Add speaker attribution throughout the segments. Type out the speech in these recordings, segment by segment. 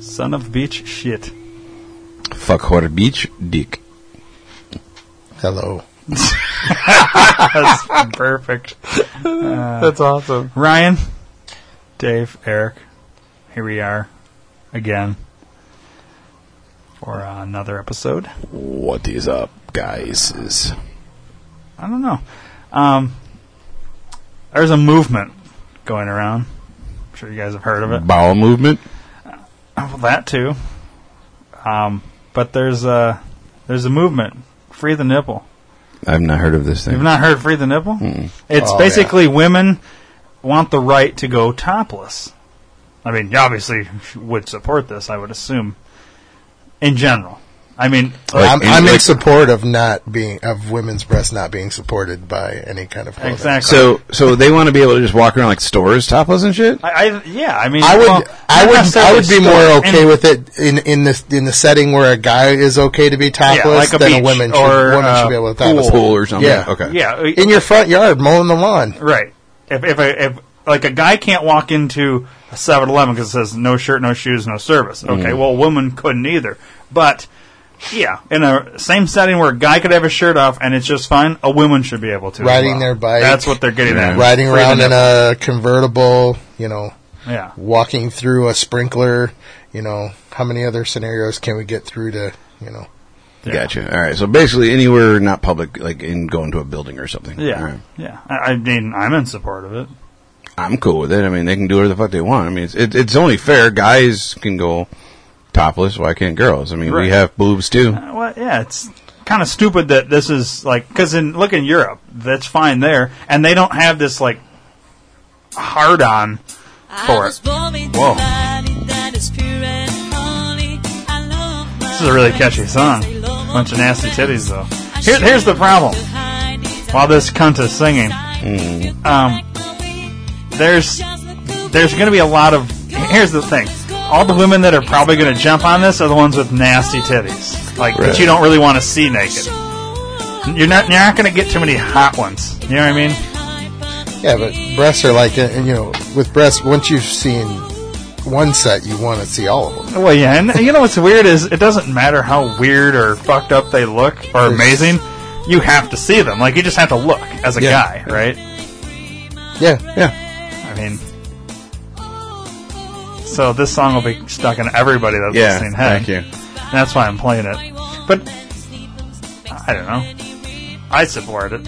Speaker 1: son of bitch shit.
Speaker 2: Fuck her beach dick.
Speaker 3: Hello.
Speaker 1: That's perfect. Uh,
Speaker 3: That's awesome.
Speaker 1: Ryan, Dave, Eric, here we are again for another episode.
Speaker 2: What is up, guys? Is
Speaker 1: I don't know. Um, there's a movement going around. I'm sure you guys have heard of it.
Speaker 2: bowel movement?
Speaker 3: Hmm.
Speaker 1: Well, that too. Um, but there's a there's a movement, free the nipple.
Speaker 2: I've not heard of this
Speaker 1: You've
Speaker 2: thing.
Speaker 1: not heard free the nipple? It's
Speaker 3: Oh,
Speaker 1: basically women want the right to go topless. I mean, you obviously would support this, I would assume. In general, I mean,
Speaker 2: Like,
Speaker 3: I'm,
Speaker 2: in-
Speaker 3: I'm in
Speaker 2: like-
Speaker 3: support of not being of women's breasts not being supported by any kind of clothing.
Speaker 1: exactly.
Speaker 2: So, so they want to be able to just walk around like stores topless and shit.
Speaker 1: I, I yeah, I mean,
Speaker 3: I would,
Speaker 1: well,
Speaker 3: I
Speaker 1: not
Speaker 3: would, I
Speaker 1: necessarily
Speaker 3: would be
Speaker 1: store-
Speaker 3: more okay
Speaker 1: and-
Speaker 3: with it in in the in the setting where a guy is okay to be topless
Speaker 1: like a
Speaker 3: than
Speaker 1: beach
Speaker 3: a woman should,
Speaker 1: or,
Speaker 3: woman
Speaker 1: uh,
Speaker 3: should be able to topless.
Speaker 1: pool.
Speaker 2: Pool or something.
Speaker 3: Yeah.
Speaker 2: Okay.
Speaker 1: Yeah,
Speaker 3: In your front yard, mowing the lawn.
Speaker 1: Right. If if, a, if like a guy can't walk into a 7-Eleven because it says no shirt, no shoes, no service.
Speaker 3: Mm.
Speaker 1: Okay, well, a woman couldn't either. But yeah, in a same setting where a guy could have his shirt off and it's just fine, a woman should be able to. as
Speaker 3: Riding
Speaker 1: well.
Speaker 3: their bike.
Speaker 1: That's what they're getting
Speaker 2: Yeah.
Speaker 1: at.
Speaker 3: riding
Speaker 1: Free the
Speaker 3: around in
Speaker 1: nipple.
Speaker 3: a convertible, you know,
Speaker 1: yeah.
Speaker 3: walking through a sprinkler, you know, how many other scenarios can we get through to, you know,
Speaker 1: yeah.
Speaker 2: Gotcha. All right. So basically, anywhere not public, like in going to a building or something.
Speaker 1: Yeah,
Speaker 2: All right.
Speaker 1: yeah. I, I mean, I'm in support of it.
Speaker 2: I'm cool with it. I mean, they can do whatever the fuck they want. I mean, it's it, it's only fair. Guys can go topless. Why can't girls? I mean,
Speaker 1: Right.
Speaker 2: we have boobs too.
Speaker 1: Uh, Well, yeah, it's kind of stupid that this is like because in look in Europe, that's fine there, and they don't have this like hard on for it.
Speaker 2: Whoa.
Speaker 4: Whoa. This
Speaker 1: This is a really catchy song. Bunch of nasty titties, though. Here, here's the problem. While this cunt is singing, um, there's there's going to be a lot of. Here's the thing: all the women that are probably going to jump on this are the ones with nasty titties, like that
Speaker 2: Right.
Speaker 1: you don't really want to see naked. You're not you're not going to get too many hot ones. You know what I mean?
Speaker 3: yeah, but breasts are like, uh, you know, with breasts, once you've seen one set, you want to see all of them.
Speaker 1: Well, yeah, and you know what's weird is it doesn't matter how weird or fucked up they look or amazing. You have to see them. Like you just have to look as a
Speaker 2: Yeah.
Speaker 1: guy, right?
Speaker 3: Yeah, yeah.
Speaker 1: I mean, so this song will be stuck in everybody that's
Speaker 2: Yeah.
Speaker 1: listening. Heck,
Speaker 2: Thank you.
Speaker 1: That's why I'm playing it. But I don't know. I support it.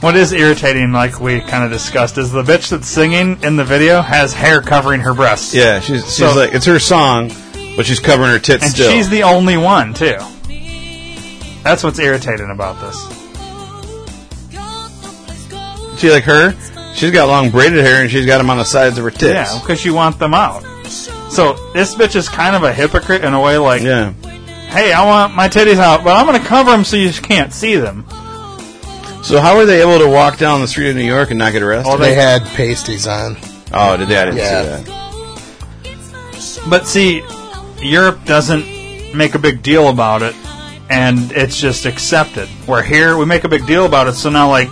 Speaker 1: What is irritating, like we kind of discussed, is the bitch that's singing in the video has hair covering her breasts.
Speaker 2: Yeah. She's she's
Speaker 1: So-
Speaker 2: like it's her song, but she's covering her tits
Speaker 1: and
Speaker 2: still.
Speaker 1: she's the only one too. That's what's irritating about this.
Speaker 2: See, like her, she's got long braided hair and she's got them on the sides of her tits.
Speaker 1: Yeah, because you want them out. So this bitch is kind of a hypocrite in a way, like,
Speaker 2: Yeah.
Speaker 1: hey, I want my titties out, but I'm going to cover them so you just can't see them.
Speaker 2: So how were they able to walk down the street of New York and not get arrested?
Speaker 1: Well,
Speaker 3: They had pasties on.
Speaker 2: oh, did they? I didn't
Speaker 3: Yeah.
Speaker 2: see that.
Speaker 1: But see, Europe doesn't make a big deal about it, and it's just accepted. Where here, we make a big deal about it, so now, like,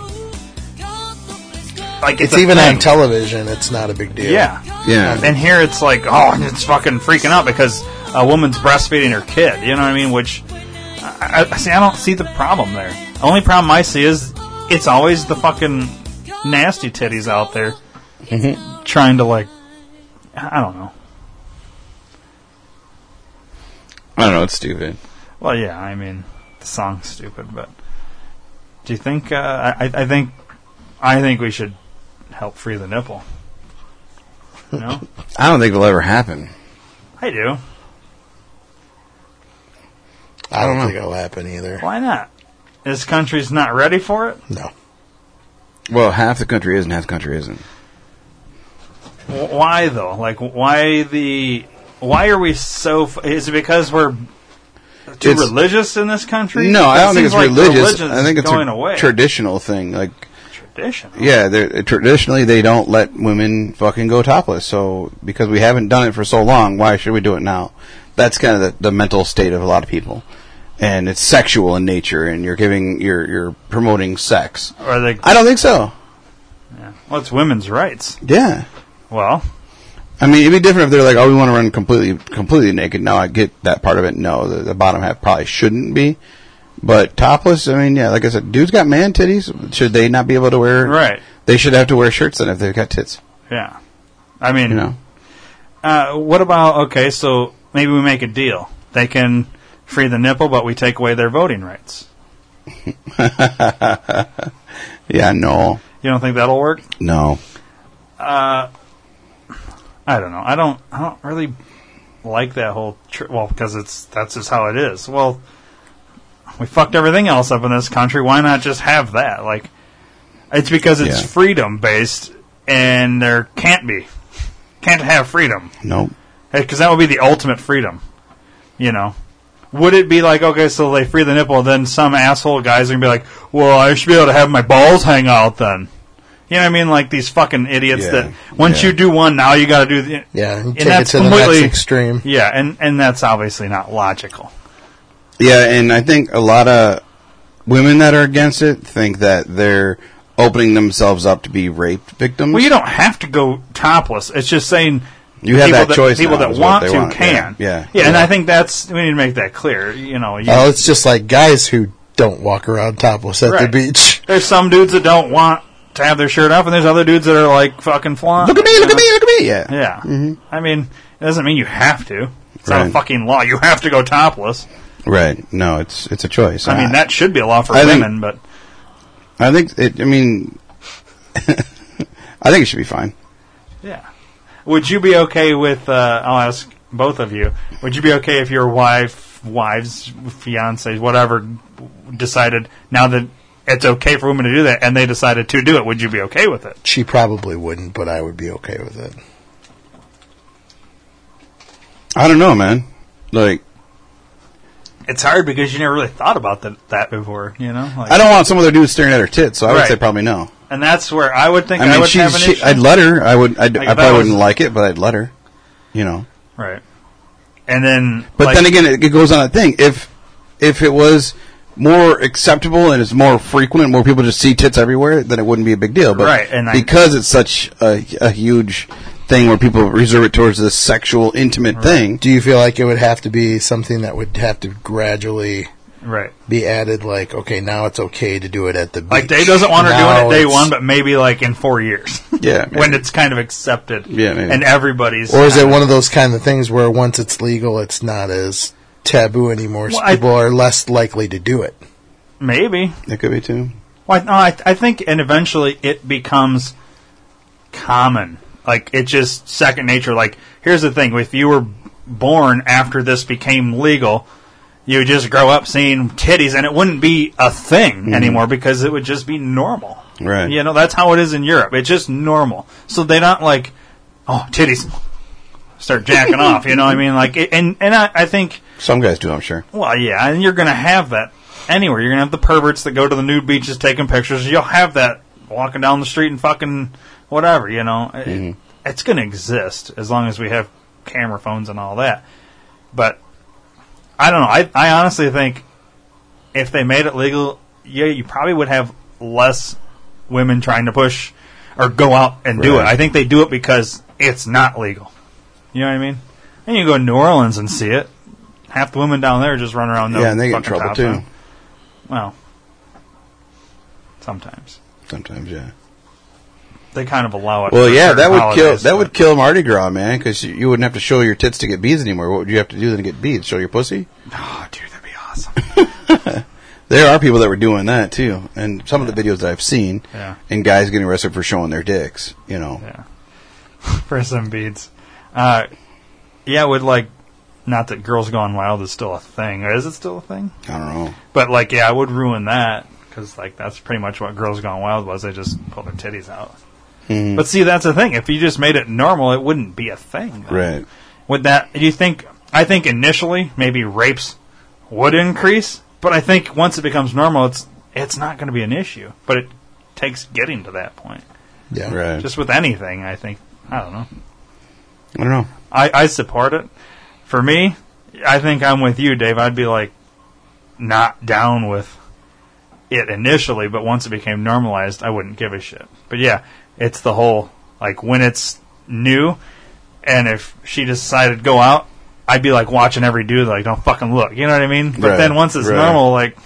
Speaker 1: like
Speaker 3: It's,
Speaker 1: a
Speaker 3: even
Speaker 1: thing.
Speaker 3: on television, it's not a big deal.
Speaker 1: Yeah.
Speaker 2: Yeah.
Speaker 1: And here it's like, oh, and it's fucking freaking out because a woman's breastfeeding her kid. You know what I mean? Which, I, I see, I don't see the problem there. Only problem I see is it's always the fucking nasty titties out there trying to like, I don't know.
Speaker 2: I don't know. It's stupid.
Speaker 1: Well, yeah, I mean, the song's stupid, but do you think? Uh, I, I think, I think we should help free the nipple. No,
Speaker 2: I don't think it'll ever happen.
Speaker 1: I do.
Speaker 2: I
Speaker 3: I don't
Speaker 2: don't
Speaker 3: think it'll happen either.
Speaker 1: Why not? This country's not ready for it.
Speaker 3: No.
Speaker 2: Well, half the country is and half the country isn't.
Speaker 1: W- Why though? Like, why the? Why are we so? F- is it because we're too
Speaker 2: It's-
Speaker 1: religious in this country?
Speaker 2: No, I
Speaker 1: It
Speaker 2: don't think
Speaker 1: seems
Speaker 2: it's
Speaker 1: like
Speaker 2: religious.
Speaker 1: religion's
Speaker 2: I think it's
Speaker 1: going
Speaker 2: a
Speaker 1: away.
Speaker 2: traditional thing. Like,
Speaker 1: Tradition.
Speaker 2: yeah, they're, traditionally they don't let women fucking go topless. So because we haven't done it for so long, why should we do it now? That's kind of the, the mental state of a lot of people. and it's sexual in nature, and you're giving you're you're promoting sex.
Speaker 1: Or they,
Speaker 2: I don't think so.
Speaker 1: yeah. well, it's women's rights.
Speaker 2: Yeah,
Speaker 1: Well,
Speaker 2: I mean, it'd be different if they're like, "Oh, we want to run completely, completely naked." No, I get that part of it. No, the, the bottom half probably shouldn't be, but topless. I mean, yeah, like I said, dudes got man titties. Should they not be able to wear?
Speaker 1: right.
Speaker 2: They should have to wear shirts then if they've got tits.
Speaker 1: Yeah. I mean,
Speaker 2: You know,
Speaker 1: uh, what about, okay, so maybe we make a deal. They can free the nipple, but we take away their voting rights.
Speaker 2: yeah, no,
Speaker 1: You don't think that'll work?
Speaker 2: no.
Speaker 1: I don't know. I don't. I don't really like that whole. Tr- well, because it's that's just how it is. Well, we fucked everything else up in this country. Why not just have that? Like, it's because it's
Speaker 2: Yeah.
Speaker 1: freedom based, and there can't be, can't have freedom
Speaker 2: Nope.
Speaker 1: because that would be the ultimate freedom. You know, would it be like okay, so they free the nipple, then some asshole guys are gonna be like, well, I should be able to have my balls hang out then. You know what I mean? Like these fucking idiots
Speaker 2: Yeah.
Speaker 1: that once
Speaker 2: Yeah.
Speaker 1: you do one, now you got to do the
Speaker 3: Yeah, you
Speaker 1: and
Speaker 3: take it
Speaker 1: that's
Speaker 3: to the next
Speaker 1: completely-
Speaker 3: extreme.
Speaker 1: Yeah, and and that's obviously not logical.
Speaker 2: Yeah, and I think a lot of women that are against it think that they're opening themselves up to be raped victims.
Speaker 1: Well, you don't have to go topless. It's just saying
Speaker 2: You have
Speaker 1: people
Speaker 2: that choice
Speaker 1: People
Speaker 2: now
Speaker 1: that
Speaker 2: is what
Speaker 1: want
Speaker 2: they
Speaker 1: to
Speaker 2: want.
Speaker 1: can.
Speaker 2: Yeah, yeah.
Speaker 1: yeah, And
Speaker 2: Yeah.
Speaker 1: I think that's we need to make that clear. You know, you,
Speaker 3: Oh, it's just like guys who don't walk around topless at the
Speaker 1: Right.
Speaker 3: beach.
Speaker 1: there's some dudes that don't want to have their shirt off, and there's other dudes that are like fucking flying.
Speaker 2: look at me, look at me, look at me. Yeah.
Speaker 1: Yeah. I mean, it doesn't mean you have to. It's not a
Speaker 2: Right.
Speaker 1: fucking law. You have to go topless.
Speaker 2: Right. No, it's it's a choice.
Speaker 1: I mean, that should be a law for
Speaker 2: I think-
Speaker 1: women, but
Speaker 2: I think it. I mean, I think it should be fine.
Speaker 1: Yeah. Would you be okay with? Uh, I'll ask both of you. Would you be okay if your wife, wives, fiancés, whatever, decided now that it's okay for women to do that, and they decided to do it? Would you be okay with it?
Speaker 3: She probably wouldn't, but I would be okay with it.
Speaker 2: I don't know, man. Like,
Speaker 1: It's hard because you never really thought about that, that before, you know. Like,
Speaker 2: I don't want some other dude staring at her tits, so I would
Speaker 1: Right.
Speaker 2: say probably no.
Speaker 1: and that's where I would think
Speaker 2: I
Speaker 1: I,
Speaker 2: mean,
Speaker 1: would have an
Speaker 2: she's. She,
Speaker 1: issue.
Speaker 2: I'd let her. I would. I'd,
Speaker 1: Like,
Speaker 2: I
Speaker 1: if
Speaker 2: probably
Speaker 1: I was-
Speaker 2: wouldn't like it, but I'd let her. You know.
Speaker 1: right. And then,
Speaker 2: But
Speaker 1: like,
Speaker 2: then again, it, it goes on a thing. If if it was more acceptable and it's more frequent, more people just see tits everywhere, then it wouldn't be a big deal. But
Speaker 1: Right, and I-
Speaker 2: because it's such a, a huge thing where people reserve it towards this sexual, intimate thing,
Speaker 3: Do you feel like it would have to be something that would have to gradually
Speaker 1: right.
Speaker 3: be added? Like, okay, now it's okay to do it at the beach.
Speaker 1: Like Dave doesn't want her doing
Speaker 3: Now
Speaker 1: it day
Speaker 3: it's-
Speaker 1: one, but maybe like in four years.
Speaker 2: Yeah,
Speaker 1: when
Speaker 2: maybe.
Speaker 1: it's kind of accepted.
Speaker 2: Yeah, maybe.
Speaker 1: And everybody's.
Speaker 3: Or is it one of those kind of things where once it's legal, it's not as taboo anymore, so
Speaker 1: Well, I-
Speaker 3: people are less likely to do it?
Speaker 1: Maybe.
Speaker 2: that could be too.
Speaker 1: Well, I- no, I, I think, and eventually it becomes common. Like it's just second nature. Like here's the thing: if you were born after this became legal, you would just grow up seeing titties, and it wouldn't be a thing anymore because it would just be normal.
Speaker 2: Right.
Speaker 1: You know, that's how it is in Europe. It's just normal. So they don't like, oh, titties, start jacking off. You know, what I mean, like, it, and and I, I think.
Speaker 2: Some guys do, I'm sure.
Speaker 1: Well, yeah, and you're going to have that anywhere. You're going to have the perverts that go to the nude beaches taking pictures. You'll have that walking down the street and fucking whatever, you know. It- it's going to exist as long as we have camera phones and all that. But I don't know. I, I honestly think if they made it legal, yeah, you probably would have less women trying to push or go out and do it.
Speaker 2: Right.
Speaker 1: I think they do it because it's not legal. You know what I mean? And you go to New Orleans and see it. Half the women down there just run around. No
Speaker 2: yeah, and they get in
Speaker 1: Oh, fucking
Speaker 2: trouble
Speaker 1: tops
Speaker 2: too.
Speaker 1: on. Well, sometimes
Speaker 2: Sometimes, yeah.
Speaker 1: they kind of allow it.
Speaker 2: Well,
Speaker 1: for
Speaker 2: yeah,
Speaker 1: certain
Speaker 2: that would kill.
Speaker 1: holidays,
Speaker 2: That would
Speaker 1: but-
Speaker 2: kill Mardi Gras, man, because you, you wouldn't have to show your tits to get beads anymore. What would you have to do then to get beads? Show your pussy?
Speaker 1: Oh, dude, that'd be awesome.
Speaker 2: There are people that were doing that too, and some of the videos that I've seen,
Speaker 1: Yeah.
Speaker 2: and guys getting arrested for showing their dicks. You know,
Speaker 1: Yeah. For some beads. Uh, yeah, would like not that Girls Gone Wild is still a thing. Or is it still a thing?
Speaker 2: I don't know.
Speaker 1: But like, yeah, I would ruin that because like that's pretty much what Girls Gone Wild was. They just pull their titties out.
Speaker 2: Hmm.
Speaker 1: But see, that's the thing. If you just made it normal, it wouldn't be a thing.
Speaker 2: Right.
Speaker 1: Would that? Do you think? I think initially maybe rapes would increase, but I think once it becomes normal, it's it's not going to be an issue. But it takes getting to that point.
Speaker 3: Yeah.
Speaker 2: Right.
Speaker 1: Just with anything, I think. I don't know.
Speaker 2: I don't know.
Speaker 1: I, I support it. For me, I think I'm with you, Dave. I'd be like, not down with it initially, but once it became normalized, I wouldn't give a shit. But yeah, it's the whole like when it's new, and if she decided to go out, I'd be like watching every dude like don't fucking look, you know what I mean? But
Speaker 2: Right,
Speaker 1: then once it's
Speaker 2: right.
Speaker 1: normal, like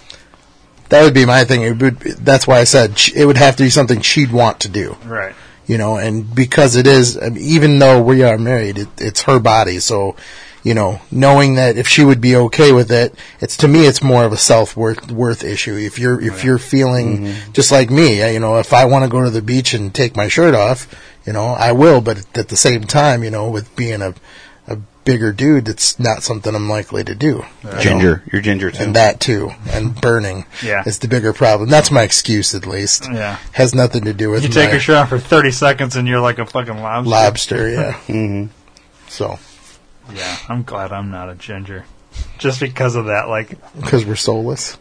Speaker 3: That would be my thing. It would. be- That's why I said sh- it would have to be something she'd want to do.
Speaker 1: right,
Speaker 3: you know, and because it is, I mean, even though we are married, it, it's her body. So, you know, knowing that if she would be okay with it, it's to me, it's more of a self worth worth issue. If you're if you're feeling
Speaker 1: Mm-hmm.
Speaker 3: just like me, uh, you know, if I want to go to the beach and take my shirt off, you know, I will. But at the same time, you know, with being a a bigger dude, it's not something I'm likely to do.
Speaker 2: Ginger, you're ginger too.
Speaker 3: And that too, and burning
Speaker 1: Yeah.
Speaker 3: is the bigger problem. That's my excuse, at least.
Speaker 1: Yeah.
Speaker 3: has nothing to do with
Speaker 1: you take
Speaker 3: my-
Speaker 1: a shirt off for thirty seconds and you're like a fucking lobster.
Speaker 3: lobster. Yeah. mm-hmm. So,
Speaker 1: Yeah, I'm glad I'm not a ginger, just because of that. Like
Speaker 3: because we're soulless.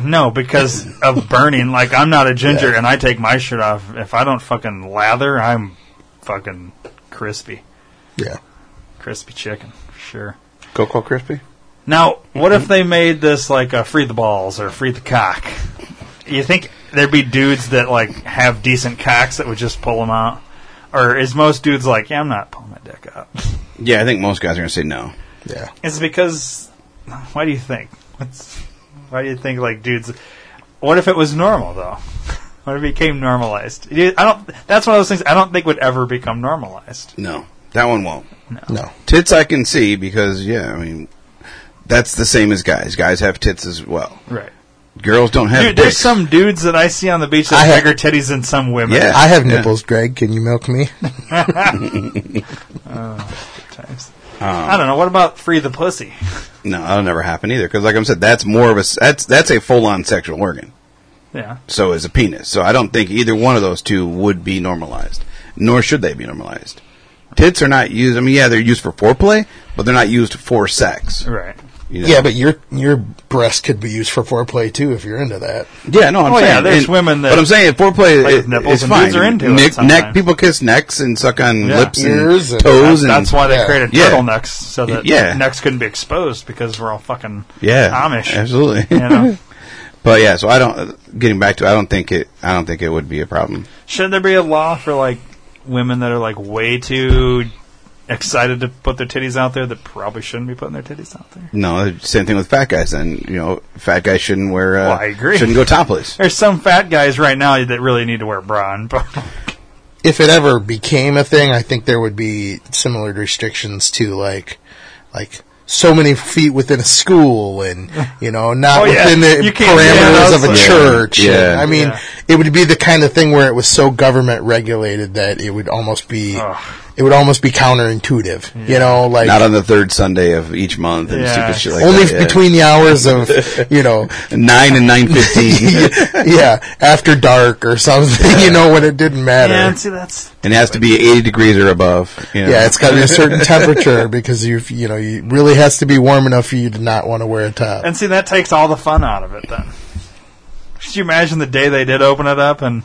Speaker 1: No, because of burning. Like I'm not a ginger, and I take my shirt off. If I don't fucking lather, I'm fucking crispy,
Speaker 3: Yeah.
Speaker 1: crispy chicken, for sure.
Speaker 2: Cocoa crispy.
Speaker 1: Now, what if they made this like a free the balls or free the cock? You think there'd be dudes that like have decent cocks that would just pull them out, or is most dudes like, yeah, I'm not pulling my dick out?
Speaker 2: Yeah, I think most guys are gonna say no.
Speaker 3: Yeah.
Speaker 1: It's because why do you think? What's, why do you think like dudes? What if it was normal though? What if it became normalized? You- I don't. That's one of those things I don't think would ever become normalized.
Speaker 2: No, that one won't.
Speaker 3: No.
Speaker 2: Tits I can see because yeah, I mean, that's the same as guys. Guys have tits as well.
Speaker 1: Right.
Speaker 2: Girls don't have.
Speaker 1: Dude, there's
Speaker 2: dicks.
Speaker 1: some dudes that I see on the beach
Speaker 3: I
Speaker 1: that
Speaker 3: have-
Speaker 1: have bigger titties than some women.
Speaker 2: Yeah.
Speaker 3: I have nipples, Greg. Can you milk me?
Speaker 1: Times.
Speaker 2: Um.
Speaker 1: I don't know. What about free the pussy?
Speaker 2: No, that'll never happen either. Because like I said, that's more of a s- that's that's a full on sexual organ.
Speaker 1: Yeah.
Speaker 2: So is a penis. So I don't think either one of those two would be normalized, nor should they be normalized. Tits are not used. I mean, yeah, they're used for foreplay, but they're not used for sex.
Speaker 1: Right.
Speaker 2: you know?
Speaker 3: Yeah, but your your breast could be used for foreplay too if you're into that.
Speaker 2: Yeah, no, I'm
Speaker 1: Oh,
Speaker 2: saying.
Speaker 1: yeah, there's
Speaker 2: and-
Speaker 1: women that
Speaker 2: But I'm saying foreplay
Speaker 1: play
Speaker 2: it-
Speaker 1: with nipples
Speaker 2: it's
Speaker 1: and
Speaker 2: fine.
Speaker 1: dudes are into it
Speaker 2: Neck, neck,
Speaker 1: sometimes.
Speaker 2: people kiss necks and suck on
Speaker 1: Yeah.
Speaker 2: lips
Speaker 3: Ears
Speaker 2: and
Speaker 3: and-
Speaker 2: toes, and
Speaker 1: That's why they
Speaker 3: Yeah.
Speaker 1: created
Speaker 2: Yeah.
Speaker 1: turtlenecks so that
Speaker 2: Yeah.
Speaker 1: necks couldn't be exposed because we're all fucking
Speaker 2: yeah,
Speaker 1: Amish.
Speaker 2: absolutely.
Speaker 1: You know?
Speaker 2: but yeah, so I don't. Getting back to, it, I don't think it. I don't think it would be a problem.
Speaker 1: Shouldn't there be a law for like women that are like way too excited to put their titties out there that probably shouldn't be putting their titties out there?
Speaker 2: No, same thing with fat guys. And you know, fat guys shouldn't wear. Uh,
Speaker 1: Well, I agree.
Speaker 2: Shouldn't go topless.
Speaker 1: There's some fat guys right now that really need to wear bra and bra.
Speaker 3: If it ever became a thing, I think there would be similar restrictions to like like so many feet within a school and you know not
Speaker 1: Oh, yeah.
Speaker 3: within the
Speaker 1: You can't
Speaker 3: parameters
Speaker 1: dance
Speaker 3: of a
Speaker 1: like-
Speaker 3: church
Speaker 2: Yeah.
Speaker 3: i mean
Speaker 1: Yeah.
Speaker 3: it would be the kind of thing where it was so government regulated that it would almost be
Speaker 1: Ugh.
Speaker 3: it would almost be counterintuitive you know like
Speaker 2: Not on the third Sunday of each month and
Speaker 1: Yeah.
Speaker 2: stupid shit like
Speaker 3: only
Speaker 2: that. yeah.
Speaker 3: between the hours of you know
Speaker 2: nine and nine fifteen.
Speaker 3: yeah after dark or something you know when it didn't matter
Speaker 1: Yeah,
Speaker 3: yeah,
Speaker 1: and see that's
Speaker 2: and it has to be eighty degrees or above. you know.
Speaker 3: it's got to be a certain temperature because you you know you really has to be warm enough for you to not want to wear a top
Speaker 1: and see that takes all the fun out of it then. Could you imagine the day they did open it up and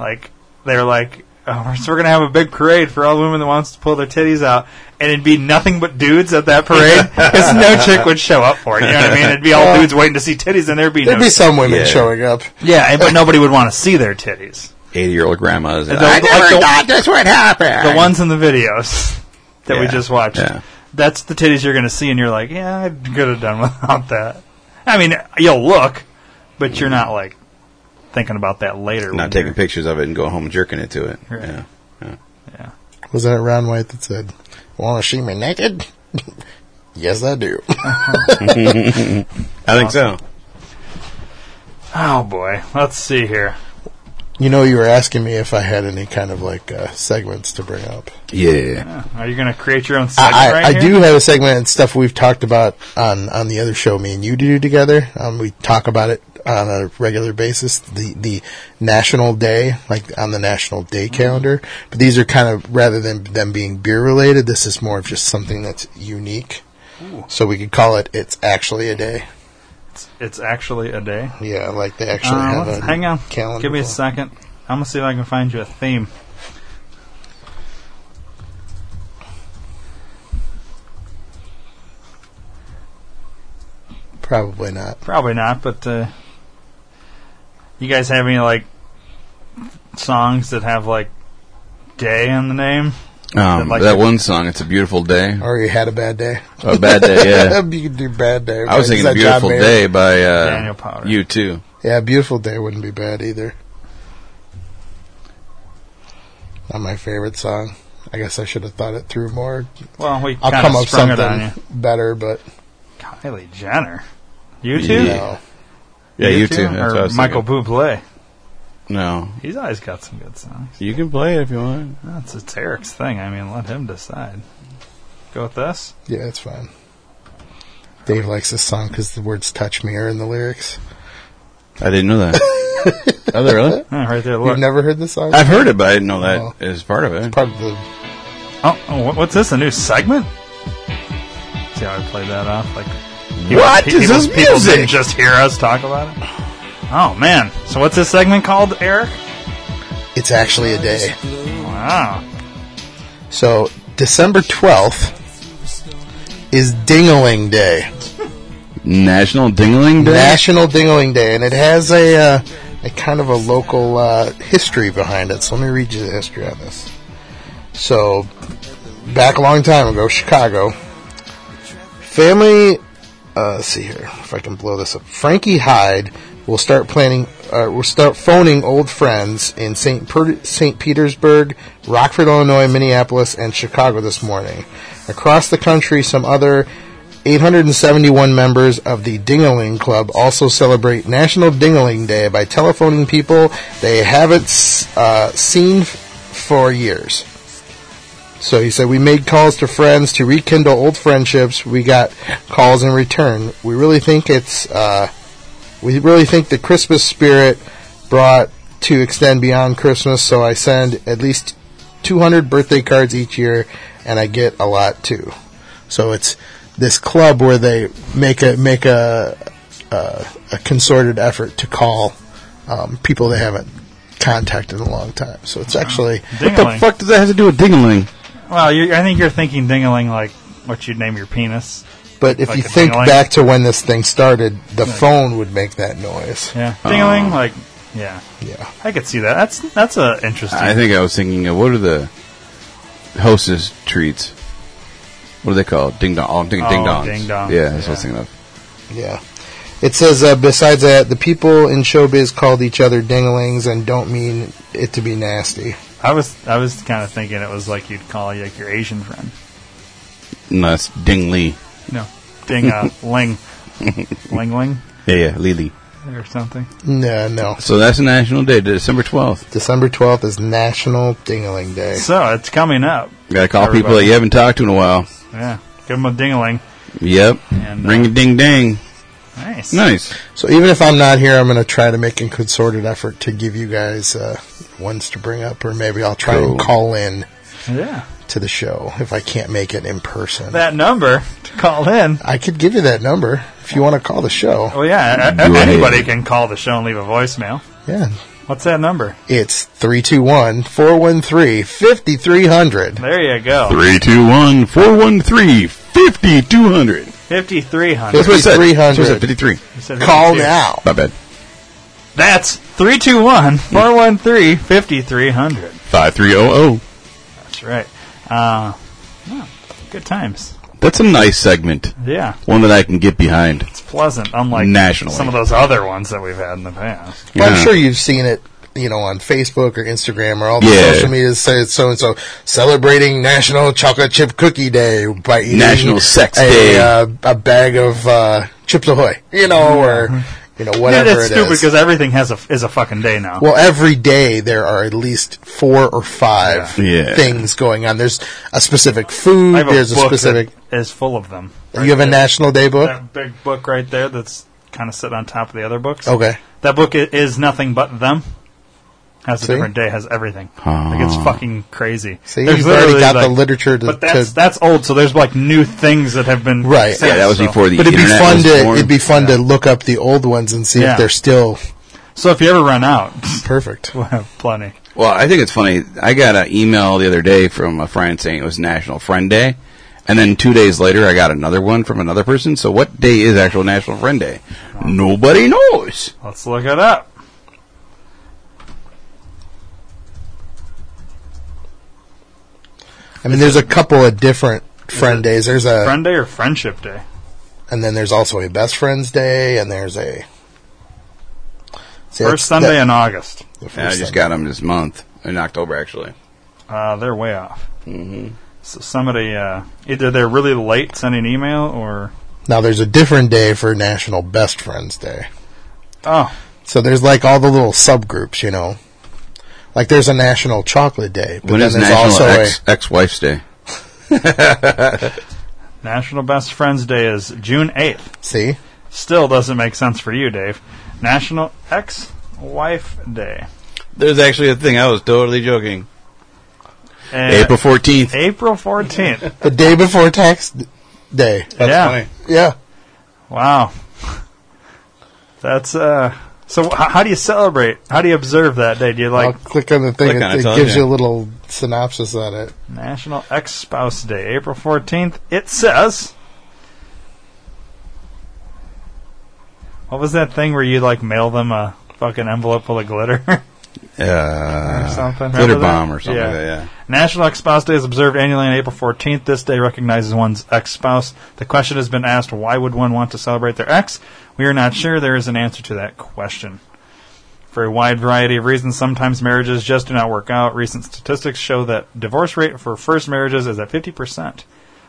Speaker 1: like they were like Oh, we're- so we're gonna have a big parade for all the women that wants to pull their titties out, and it'd be nothing but dudes at that parade because no chick would show up for it. You know what I mean? It'd be all dudes waiting to see titties, and there'd be
Speaker 3: there'd
Speaker 1: no
Speaker 3: be some women
Speaker 2: Yeah.
Speaker 3: showing up
Speaker 1: Yeah, and- but nobody would want to see their titties.
Speaker 2: eighty-year-old grandmas.
Speaker 1: And the- the- the-
Speaker 2: this would happen.
Speaker 1: The ones in the videos that we
Speaker 2: Yeah,
Speaker 1: just watched.
Speaker 2: yeah.
Speaker 1: That's the titties you're going to see, and you're like, yeah, I could have done without that. I mean, you'll look, but you're not like thinking about that later. when
Speaker 2: not taking
Speaker 1: you're-
Speaker 2: pictures of it and going home jerking it to it.
Speaker 1: Right.
Speaker 2: Yeah. yeah.
Speaker 1: Yeah.
Speaker 3: was that Ron White that said want to see me naked yes I do
Speaker 2: I think so.
Speaker 1: Oh boy, let's see here.
Speaker 3: you know you were asking me if I had any kind of like uh, segments to bring up
Speaker 2: Yeah.
Speaker 1: Are you going to create your own segment
Speaker 3: I,
Speaker 1: right
Speaker 3: I
Speaker 1: here?
Speaker 3: do have a segment and stuff we've talked about on, on the other show me and you do together. Um, we talk about it on a regular basis, the, the national day, like on the national
Speaker 1: Mm-hmm.
Speaker 3: day calendar. But these are kind of, rather than them being beer related, this is more of just something that's unique. So we could call it It's Actually a Day.
Speaker 1: It's, it's actually a day.
Speaker 3: Yeah, like they actually
Speaker 1: Uh,
Speaker 3: have
Speaker 1: let's-
Speaker 3: a
Speaker 1: hang on.
Speaker 3: calendar.
Speaker 1: Give me a second. I'm going to see if I can find you a theme.
Speaker 3: Probably not.
Speaker 1: Probably not, but uh, you guys have any like songs that have like "gay" in the name?
Speaker 2: Um,
Speaker 1: Like
Speaker 2: that
Speaker 1: it.
Speaker 2: one song, "It's a Beautiful Day,"
Speaker 3: Or you had a bad day.
Speaker 2: a bad day. Yeah,
Speaker 3: you could do bad day.
Speaker 2: I was
Speaker 3: right? Is
Speaker 2: thinking
Speaker 3: that John
Speaker 2: "Beautiful
Speaker 3: Mayer?
Speaker 2: Day" by uh,
Speaker 1: Daniel Powder.
Speaker 2: You too.
Speaker 3: Yeah, beautiful day wouldn't be bad either. Not my favorite song. I guess I should have thought it through more.
Speaker 1: Well, we
Speaker 3: I'll
Speaker 1: kind
Speaker 3: come
Speaker 1: of
Speaker 3: up
Speaker 1: sprung it on you.
Speaker 3: something better, but
Speaker 1: Kylie Jenner, you too.
Speaker 2: Yeah.
Speaker 3: no.
Speaker 2: Yeah, you, too. That's what I
Speaker 1: Or
Speaker 2: was
Speaker 1: Michael Bublé.
Speaker 2: thinking. No,
Speaker 1: He's always got some good songs.
Speaker 2: you can play it if you want.
Speaker 1: That's it's Eric's thing. I mean, let him decide. Go with this.
Speaker 3: Yeah, it's fine. Dave likes this song because the words "touch me" are in the lyrics.
Speaker 2: I didn't know that. oh, they really?
Speaker 1: Oh, right there. Look.
Speaker 3: You've never heard this song?
Speaker 2: I've heard it, but I didn't know
Speaker 3: Oh.
Speaker 2: that is part of it.
Speaker 3: Part of the
Speaker 1: Oh, oh, what- what's this? A new segment? See how I played that off? Like, people,
Speaker 2: What
Speaker 1: pe-
Speaker 2: is
Speaker 1: people-
Speaker 2: this
Speaker 1: people didn't
Speaker 2: music?
Speaker 1: just hear us talk about it. Oh man! So what's this segment called, Eric?
Speaker 3: It's actually a day.
Speaker 1: Wow.
Speaker 3: So December twelfth is Dingaling Day,
Speaker 2: National Dingling Day.
Speaker 3: National Dingaling Day, and it has a, uh, a kind of a local uh, history behind it. So let me read you the history on this. So back a long time ago, Chicago, family. Uh, let's see here if I can blow this up. Frankie Hyde will start planning. Uh, will start phoning old friends in Saint per- Saint Petersburg, Rockford, Illinois, Minneapolis, and Chicago this morning. Across the country, some other 871 members of the Dingaling Club also celebrate National Dingaling Day by telephoning people they haven't s- uh, seen f- for years. So he said, We made calls to friends to rekindle old friendships. We got calls in return. We really think it's, uh, we really think the Christmas spirit brought to extend beyond Christmas. So I send at least 200 birthday cards each year, and I get a lot too. So it's this club where they make a make a a, a concerted effort to call um, people they haven't contacted in a long time. So it's actually
Speaker 2: What the
Speaker 1: Dingaling.
Speaker 2: fuck does that have to do with Dingling?
Speaker 1: Well, you I think you're thinking dingaling like what you'd name your penis.
Speaker 3: But if
Speaker 1: Like
Speaker 3: you
Speaker 1: a
Speaker 3: think
Speaker 1: ding-a-ling?
Speaker 3: back to when this thing started, the phone would make that noise.
Speaker 1: Yeah,
Speaker 2: Oh.
Speaker 1: dingaling like yeah.
Speaker 3: Yeah.
Speaker 1: I could see that. That's that's a interesting.
Speaker 2: I think I was thinking of what are the hostess treats? What are they called? Ding dong. Oh, I'm thinking
Speaker 1: Oh,
Speaker 2: ding dongs.
Speaker 1: ding dongs,
Speaker 2: Yeah, that's what I was
Speaker 1: yeah.
Speaker 2: thinking of.
Speaker 3: Yeah. It says, uh, besides that, the people in showbiz called each other dinglings and don't mean it to be nasty.
Speaker 1: I was I was kind of thinking it was like you'd call like your Asian friend.
Speaker 2: No, it's Dingley.
Speaker 1: No, ding uh, ling, ling ling
Speaker 2: Yeah, yeah, Lily.
Speaker 1: or something.
Speaker 3: No, no.
Speaker 2: So that's a national day, December 12th.
Speaker 3: December 12th is National Dingling Day.
Speaker 1: So it's coming up.
Speaker 2: You gotta call people that
Speaker 1: Everybody.
Speaker 2: you haven't talked to in a while.
Speaker 1: Yeah, give them a dingaling.
Speaker 2: Yep.
Speaker 1: And, uh,
Speaker 2: Ring a ding ding.
Speaker 1: Nice.
Speaker 2: Nice.
Speaker 3: So even if I'm not here, I'm going to try to make a concerted effort to give you guys uh, ones to bring up, or maybe I'll try
Speaker 2: Cool.
Speaker 3: and call in
Speaker 1: Yeah.
Speaker 3: to the show if I can't make it in person.
Speaker 1: That number to call in.
Speaker 3: I could give you that number if you want to call the show.
Speaker 1: Well, yeah, a- a-
Speaker 2: Right.
Speaker 1: anybody can call the show and leave a voicemail.
Speaker 3: Yeah.
Speaker 1: What's that number?
Speaker 3: It's 321 413 5300.
Speaker 1: There you go.
Speaker 2: 321 413 5200.
Speaker 1: Fifty-three
Speaker 2: That's
Speaker 1: hundred.
Speaker 2: what I said.
Speaker 3: 5300.
Speaker 2: That's what I said, 53.
Speaker 3: Call now.
Speaker 2: My bad.
Speaker 1: That's 321 413 5300.
Speaker 2: 5300.
Speaker 1: That's right. Uh, yeah, good times.
Speaker 2: That's a nice segment.
Speaker 1: Yeah,
Speaker 2: One that I can get behind.
Speaker 1: it's pleasant, unlike
Speaker 2: Nationally.
Speaker 1: some of those other ones that we've had in the past.
Speaker 3: Well,
Speaker 2: Yeah.
Speaker 3: I'm sure you've seen it, you know, on Facebook or Instagram or all the
Speaker 2: Yeah.
Speaker 3: social media says so and so celebrating National Chocolate Chip Cookie Day by eating
Speaker 2: National Sex
Speaker 3: a,
Speaker 2: Day. Mm-hmm.
Speaker 3: Uh, a bag of uh, Chips Ahoy, you know, or you know whatever
Speaker 1: it's
Speaker 3: it
Speaker 1: stupid
Speaker 3: is.
Speaker 1: because everything has a, is a fucking day now.
Speaker 3: Well, every day there are at least four or five
Speaker 2: Yeah. Yeah.
Speaker 3: things going on. There's a specific food.
Speaker 1: I have a
Speaker 3: There's a
Speaker 1: book
Speaker 3: specific.
Speaker 1: that is full of them.
Speaker 3: you have a
Speaker 1: Right there.
Speaker 3: National Day book.
Speaker 1: that big book right there that's kind of sitting on top of the other books.
Speaker 3: Okay.
Speaker 1: That book i- is nothing but them. Has a
Speaker 3: See?
Speaker 1: different day. Has everything.
Speaker 2: Ah.
Speaker 1: Like it's fucking crazy.
Speaker 3: So
Speaker 1: There's
Speaker 3: you've already
Speaker 1: literally,
Speaker 3: got
Speaker 1: like-
Speaker 3: the literature to.
Speaker 1: but that's
Speaker 3: to-
Speaker 1: that's old. So there's like new things that have been
Speaker 3: Right.
Speaker 1: since,
Speaker 2: Yeah, that was
Speaker 1: so-
Speaker 2: before the
Speaker 3: but it'd be
Speaker 2: internet
Speaker 3: fun
Speaker 2: was
Speaker 3: to
Speaker 2: born.
Speaker 3: it'd be fun to look up the old ones and see
Speaker 1: Yeah.
Speaker 3: if they're still
Speaker 1: So if you ever run out,
Speaker 3: perfect.
Speaker 1: we'll have plenty.
Speaker 2: Well, I think it's funny. I got an email the other day from a friend saying it was National Friend Day, And then two days later, I got another one from another person. So what day is actual National Friend Day? Nobody knows.
Speaker 1: Let's look it up.
Speaker 3: I mean, there's a couple of different friend days. There's a
Speaker 1: Friend Day or Friendship Day?
Speaker 3: and then there's also a best friends day, and there's a See, that's-
Speaker 1: First Sunday
Speaker 3: that-
Speaker 1: in August.
Speaker 3: the first
Speaker 2: And I just
Speaker 3: Sunday.
Speaker 2: got them this month in October, actually.
Speaker 1: Uh, they're way off.
Speaker 2: hmm
Speaker 1: So somebody, uh, either they're really late sending email or.
Speaker 3: now there's a different day for National Best Friends Day.
Speaker 1: Oh,
Speaker 3: So there's like all the little subgroups, you know. Like there's a National Chocolate Day, but
Speaker 2: When
Speaker 3: then
Speaker 2: is
Speaker 3: there's
Speaker 2: National
Speaker 3: also
Speaker 2: Ex Ex Wife's Day?
Speaker 1: National Best Friends Day is June 8th.
Speaker 3: a see
Speaker 1: Still doesn't make sense for you, Dave. National Ex Wife Day.
Speaker 2: There's actually a thing. I was totally joking.
Speaker 1: Uh,
Speaker 2: April 14th.
Speaker 1: April 14th.
Speaker 3: the day before tax d- day.
Speaker 1: yeah.
Speaker 3: Yeah.
Speaker 1: Wow. That's, uh. So h- how do you celebrate? How do you observe that day? Do you like
Speaker 3: I'll click on the thing.
Speaker 2: Click
Speaker 3: It,
Speaker 2: on it,
Speaker 3: it
Speaker 2: tells
Speaker 3: gives
Speaker 2: you.
Speaker 3: you a little synopsis on it.
Speaker 1: National Ex Spouse Day, April 14th. It says. What was that thing where you like mail them a fucking envelope full of glitter?
Speaker 2: Uh,
Speaker 1: Or something. Remember
Speaker 2: Glitter
Speaker 1: that?
Speaker 2: Bomb or something
Speaker 1: Yeah.
Speaker 2: like that,
Speaker 1: National Ex Spouse Day is observed annually on April 14th. This day recognizes one's ex spouse. The question has been asked why would one want to celebrate their ex? We are not sure there is an answer to that question. For a wide variety of reasons, sometimes marriages just do not work out. Recent statistics show that divorce rate for first marriages is at 50%.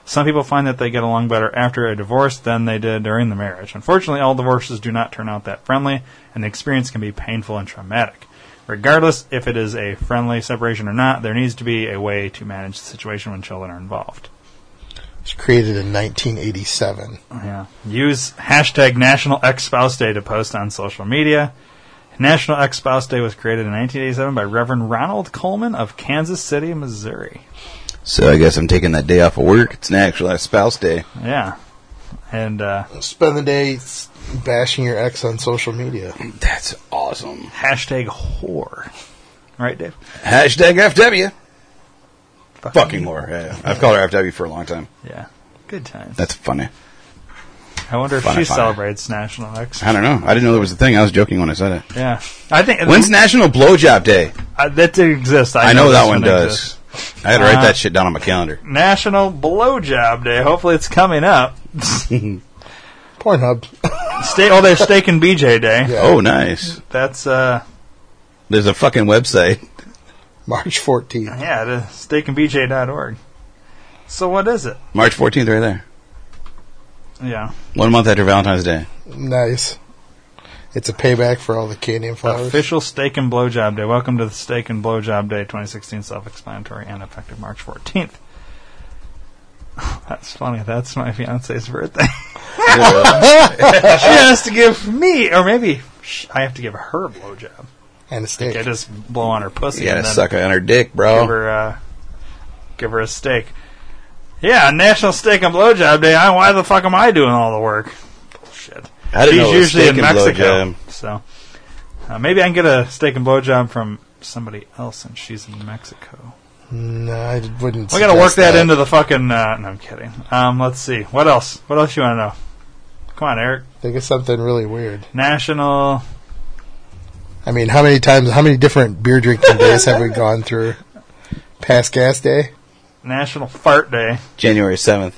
Speaker 1: Some people find that they get along better after a divorce than they did during the marriage. Unfortunately, all divorces do not turn out that friendly, and the experience can be painful and traumatic. Regardless if it is a friendly separation or not, there needs to be a way to manage the situation when children are involved.
Speaker 3: It was created in 1987.
Speaker 1: Yeah. Use hashtag National Ex Spouse Day to post on social media. National Ex Spouse Day was created in 1987 by Reverend Ronald Coleman of Kansas City, Missouri.
Speaker 2: yeah. So I guess I'm taking that day off of work. It's National Ex Spouse Day.
Speaker 1: Yeah. And uh,
Speaker 3: Spend the day s- bashing your ex on social media.
Speaker 2: That's awesome.
Speaker 1: hashtag whore. Right, Dave?
Speaker 2: Hashtag FW. Fucking Laura. Yeah, I've called her FW for a long time.
Speaker 1: Yeah. Good times.
Speaker 2: That's funny.
Speaker 1: I wonder if
Speaker 2: Funny,
Speaker 1: she
Speaker 2: funny.
Speaker 1: celebrates National Ex.
Speaker 2: I don't know. I didn't know there was a thing. I was joking when I said it.
Speaker 1: Yeah. I think
Speaker 2: When's National Blowjob Day?
Speaker 1: uh, that exists. I,
Speaker 2: I know
Speaker 1: this
Speaker 2: that one
Speaker 1: exists.
Speaker 2: does. I had to write
Speaker 1: Uh,
Speaker 2: that shit down on my calendar.
Speaker 1: National Blowjob Day. Hopefully, it's coming up.
Speaker 3: Pornhub.
Speaker 1: Steak, oh, there's Steak and BJ Day.
Speaker 3: Yeah.
Speaker 2: Oh, nice.
Speaker 1: That's uh,
Speaker 2: There's a fucking website.
Speaker 3: March 14th.
Speaker 1: yeah, the steakandbj.org. So what is it?
Speaker 2: March 14th, right there.
Speaker 1: Yeah,
Speaker 2: One month after Valentine's Day.
Speaker 3: Nice. It's a payback for all the candy and flowers.
Speaker 1: official Steak and Blowjob Day. Welcome to the Steak and Blowjob Day 2016, self-explanatory and effective March 14th. That's funny. That's my fiance's birthday. she has to give me, or maybe sh- I have to give her a blowjob.
Speaker 3: and a
Speaker 1: I
Speaker 3: steak.
Speaker 1: just blow on her pussy.
Speaker 2: You gotta
Speaker 1: and then
Speaker 2: suck on her dick,
Speaker 1: give
Speaker 2: bro.
Speaker 1: her uh, give her a steak. Yeah, National Steak and Blowjob Day. I, why the fuck am I doing all the work? Bullshit.
Speaker 2: I
Speaker 1: She's
Speaker 2: didn't know it was
Speaker 1: usually
Speaker 2: steak
Speaker 1: in
Speaker 2: and
Speaker 1: Mexico,
Speaker 2: blowjob.
Speaker 1: so uh, maybe I can get a steak and blowjob from somebody else, and she's in Mexico.
Speaker 3: No, I wouldn't.
Speaker 1: We gotta
Speaker 3: suggest
Speaker 1: work that, into the fucking. Uh, no, I'm kidding. Um, let's see. What else? What else you want to know? Come on, Eric.
Speaker 3: Think of something really weird.
Speaker 1: National.
Speaker 3: I mean, how many times, how many different beer drinking days have we gone through? Past gas day?
Speaker 1: National Fart Day.
Speaker 2: January 7th.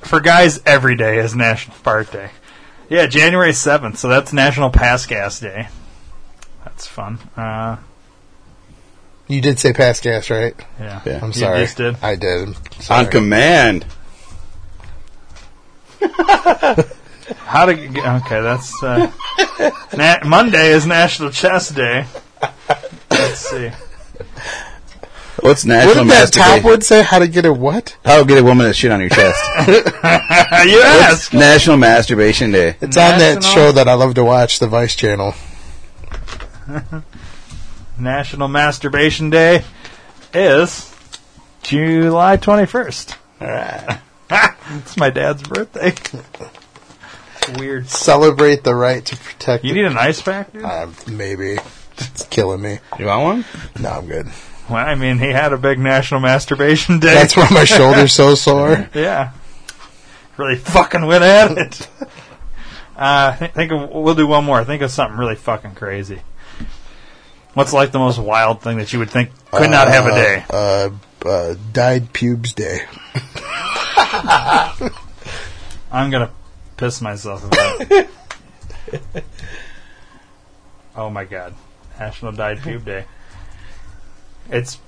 Speaker 1: for guys, every day is National Fart Day. Yeah, January seventh. So that's National Pass Gas Day. That's fun. Uh,
Speaker 3: You did say past gas, right?
Speaker 1: yeah.
Speaker 2: Yeah.
Speaker 3: I'm
Speaker 1: You
Speaker 3: sorry.
Speaker 1: just did.
Speaker 3: I did. I'm
Speaker 2: On
Speaker 3: sorry.
Speaker 2: command.
Speaker 1: How to? Get, okay, that's uh, na- Monday is National Chess Day. Let's see.
Speaker 2: What's National
Speaker 3: Wouldn't that top
Speaker 2: Masturbation?
Speaker 3: would say how to get a what?
Speaker 2: How get a woman that shit on your chest?
Speaker 1: you asked.
Speaker 2: National Masturbation Day.
Speaker 3: It's on that
Speaker 1: National-
Speaker 3: show that I love to watch, the Vice Channel.
Speaker 1: National Masturbation Day is July twenty first. it's my dad's birthday. It's weird.
Speaker 3: Celebrate the right to protect.
Speaker 1: You need an ice pack, dude.
Speaker 3: uh, maybe it's killing me.
Speaker 2: You want one?
Speaker 3: No, I'm good.
Speaker 1: Well, I mean, he had a big National Masturbation Day.
Speaker 3: That's why my shoulder's so sore.
Speaker 1: yeah. Really fucking went at it. uh, th- think of, we'll do one more. Think of something really fucking crazy. What's like the most wild thing that you would think could not have a day?
Speaker 3: Uh, uh, dyed pubes day.
Speaker 1: I'm gonna piss myself about it. oh my god. National Dyed Pube Day. It's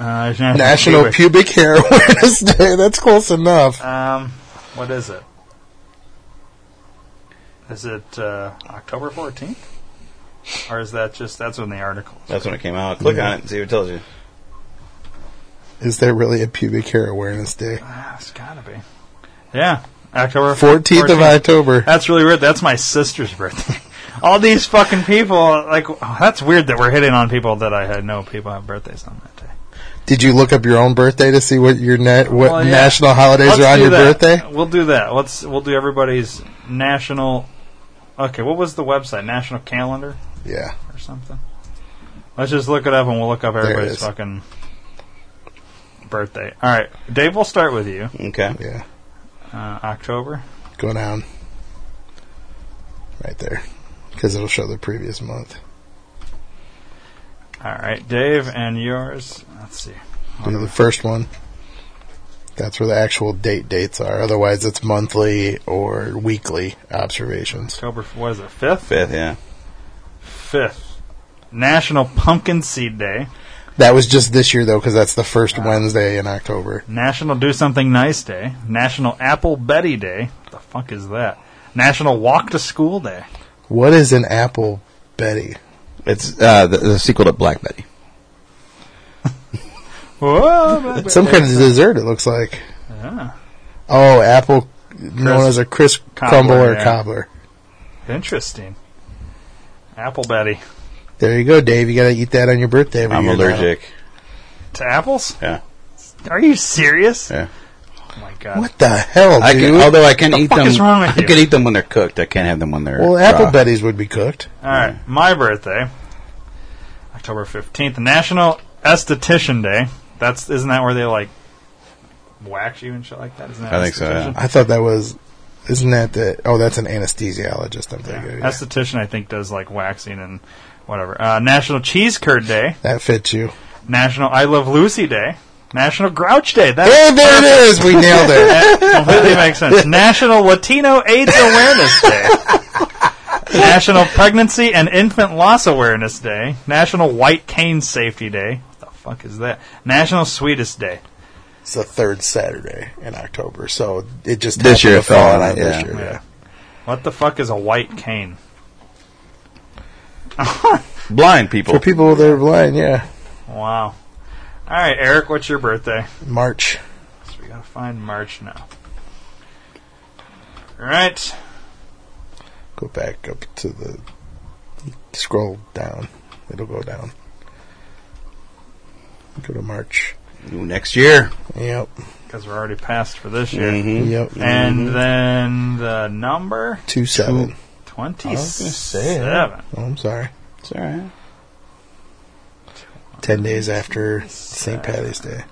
Speaker 1: uh, it's National,
Speaker 3: National
Speaker 1: Pubic-
Speaker 3: Pubic Hair Awareness Day. That's close enough.
Speaker 1: Um, what is it? Is it uh, October 14th? Or is that just that's when the article?
Speaker 2: That's when it came out. Click on it and see what it tells you.
Speaker 3: Is there really a Pubic Hair Awareness Day?
Speaker 1: Ah, it's gotta be. Yeah, October
Speaker 3: 14th of October.
Speaker 1: That's really weird. That's my sister's birthday. All these fucking people, like, oh, that's weird that we're hitting on people that I had no people have birthdays on that day.
Speaker 3: Did you look up your own birthday to see what your net what
Speaker 1: Well, Oh, yeah.
Speaker 3: national holidays
Speaker 1: Let's
Speaker 3: are on
Speaker 1: do
Speaker 3: your
Speaker 1: that.
Speaker 3: birthday?
Speaker 1: We'll do that. Let's we'll do everybody's national. Okay, what was the website? National calendar
Speaker 3: Yeah.
Speaker 1: or something. Let's just look it up and we'll look up
Speaker 3: it
Speaker 1: everybody's
Speaker 3: is.
Speaker 1: fucking birthday. All right, Dave, we'll start with you.
Speaker 2: Okay.
Speaker 3: Yeah.
Speaker 1: Uh, October.
Speaker 3: Go down. Right there. Because it'll show the previous month.
Speaker 1: All right, Dave, and yours. Let's see.
Speaker 3: Do the first one. That's where the actual date dates are. Otherwise, it's monthly or weekly observations.
Speaker 1: October. What is it? Fifth.
Speaker 2: Fifth, yeah.
Speaker 1: Fifth. National Pumpkin Seed Day.
Speaker 3: That was just this year, though, because that's the first Wednesday in October.
Speaker 1: National Do Something Nice Day. National Apple Betty Day. the fuck is that? National Walk to School Day.
Speaker 3: What is an apple Betty?
Speaker 2: It's uh, the, the sequel to Black Betty.
Speaker 1: Whoa!
Speaker 3: It's some kind of dessert, it looks like.
Speaker 1: Yeah.
Speaker 3: Oh, apple known
Speaker 1: Ah. Crisp.
Speaker 3: as a crisp
Speaker 1: Cobbler,
Speaker 3: crumble or
Speaker 1: yeah.
Speaker 3: cobbler.
Speaker 1: Interesting. Apple Betty.
Speaker 3: There you go, Dave. You got to eat that on your birthday. every
Speaker 2: I'm
Speaker 3: year now.
Speaker 2: allergic.
Speaker 1: To apples?
Speaker 2: Yeah.
Speaker 1: Are you serious?
Speaker 2: Yeah.
Speaker 1: Oh my god.
Speaker 3: What the hell,
Speaker 2: I
Speaker 3: dude?
Speaker 2: can, although I can eat
Speaker 1: fuck
Speaker 2: them.
Speaker 1: is wrong with
Speaker 2: I
Speaker 1: you?
Speaker 2: can eat them when they're cooked. I can't have them when they're uh,
Speaker 3: well,
Speaker 2: raw.
Speaker 3: apple Betty's would be cooked.
Speaker 1: All right,
Speaker 2: Hmm.
Speaker 1: my birthday, October fifteenth, National Esthetician Day. That's isn't that where they like wax you and shit like that? Isn't that
Speaker 2: I think so,
Speaker 1: esthetician?
Speaker 3: I thought that was. Isn't that the? Oh, that's an anesthesiologist. I'm thinking. of, yeah.
Speaker 1: Esthetician, I think, does like waxing and whatever. Uh, National Cheese Curd Day.
Speaker 3: That fits you.
Speaker 1: National I Love Lucy Day. National Grouch Day. That
Speaker 3: Hey, there it is. We nailed it.
Speaker 1: completely makes sense. National Latino AIDS Awareness Day. National Pregnancy and Infant Loss Awareness Day. National White Cane Safety Day. What the fuck is that? National Sweetest Day.
Speaker 3: It's the third Saturday in October, so it just
Speaker 2: This
Speaker 3: happened
Speaker 2: year
Speaker 3: to
Speaker 2: it fell
Speaker 3: fall
Speaker 2: on
Speaker 3: on
Speaker 2: it,
Speaker 3: this
Speaker 2: yeah.
Speaker 3: year.
Speaker 1: Yeah. What the fuck is a white cane?
Speaker 2: blind people.
Speaker 3: For people that are blind, yeah.
Speaker 1: Wow. All right, Eric, what's your birthday?
Speaker 3: March.
Speaker 1: So we gotta find March now. All right.
Speaker 3: Go back up to the. Scroll down. It'll go down. Go to March.
Speaker 2: Ooh, next year.
Speaker 3: Yep.
Speaker 1: because we're already past for this year.
Speaker 2: Mm-hmm.
Speaker 3: Yep.
Speaker 1: And then the number
Speaker 3: two seven. say, yeah.
Speaker 1: twenty-seven.
Speaker 3: Oh, I'm sorry.
Speaker 2: It's all right.
Speaker 3: Ten days after St. Patty's Day.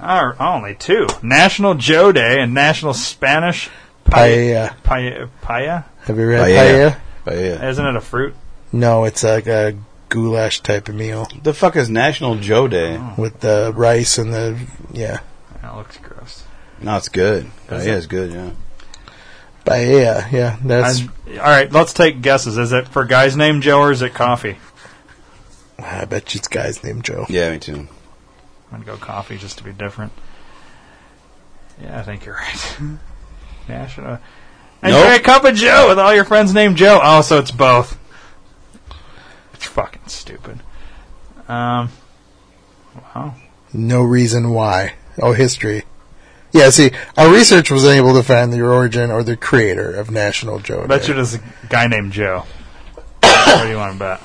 Speaker 1: Our only two: National Joe Day and National Spanish Pie-
Speaker 3: Paella.
Speaker 1: Pie- Paella.
Speaker 3: Have you read
Speaker 2: Paella.
Speaker 3: paella?
Speaker 2: But yeah.
Speaker 1: Isn't it a fruit?
Speaker 3: No, it's like a goulash type of meal
Speaker 2: The fuck is National Joe Day?
Speaker 3: with the rice and the yeah
Speaker 1: That looks gross.
Speaker 2: No, it's good. Yeah,
Speaker 1: Is it?
Speaker 2: it's good. Yeah.
Speaker 3: paella. Yeah, that's
Speaker 1: I'm- all right, let's take guesses. Is it for guys named Joe or is it coffee?
Speaker 3: I bet you it's guy's named Joe.
Speaker 2: Yeah, me too.
Speaker 1: I'm gonna go coffee just to be different. Yeah, I think you're right. National. Enjoy a
Speaker 2: Nope.
Speaker 1: cup of Joe with all your friends named Joe. Oh, so it's both. It's fucking stupid. Um. Wow.
Speaker 3: No reason why. Oh, history. Yeah, see, our research was unable to find the origin or the creator of National Joe.
Speaker 1: I bet
Speaker 3: Day.
Speaker 1: you there's a guy named Joe. what do you want to bet?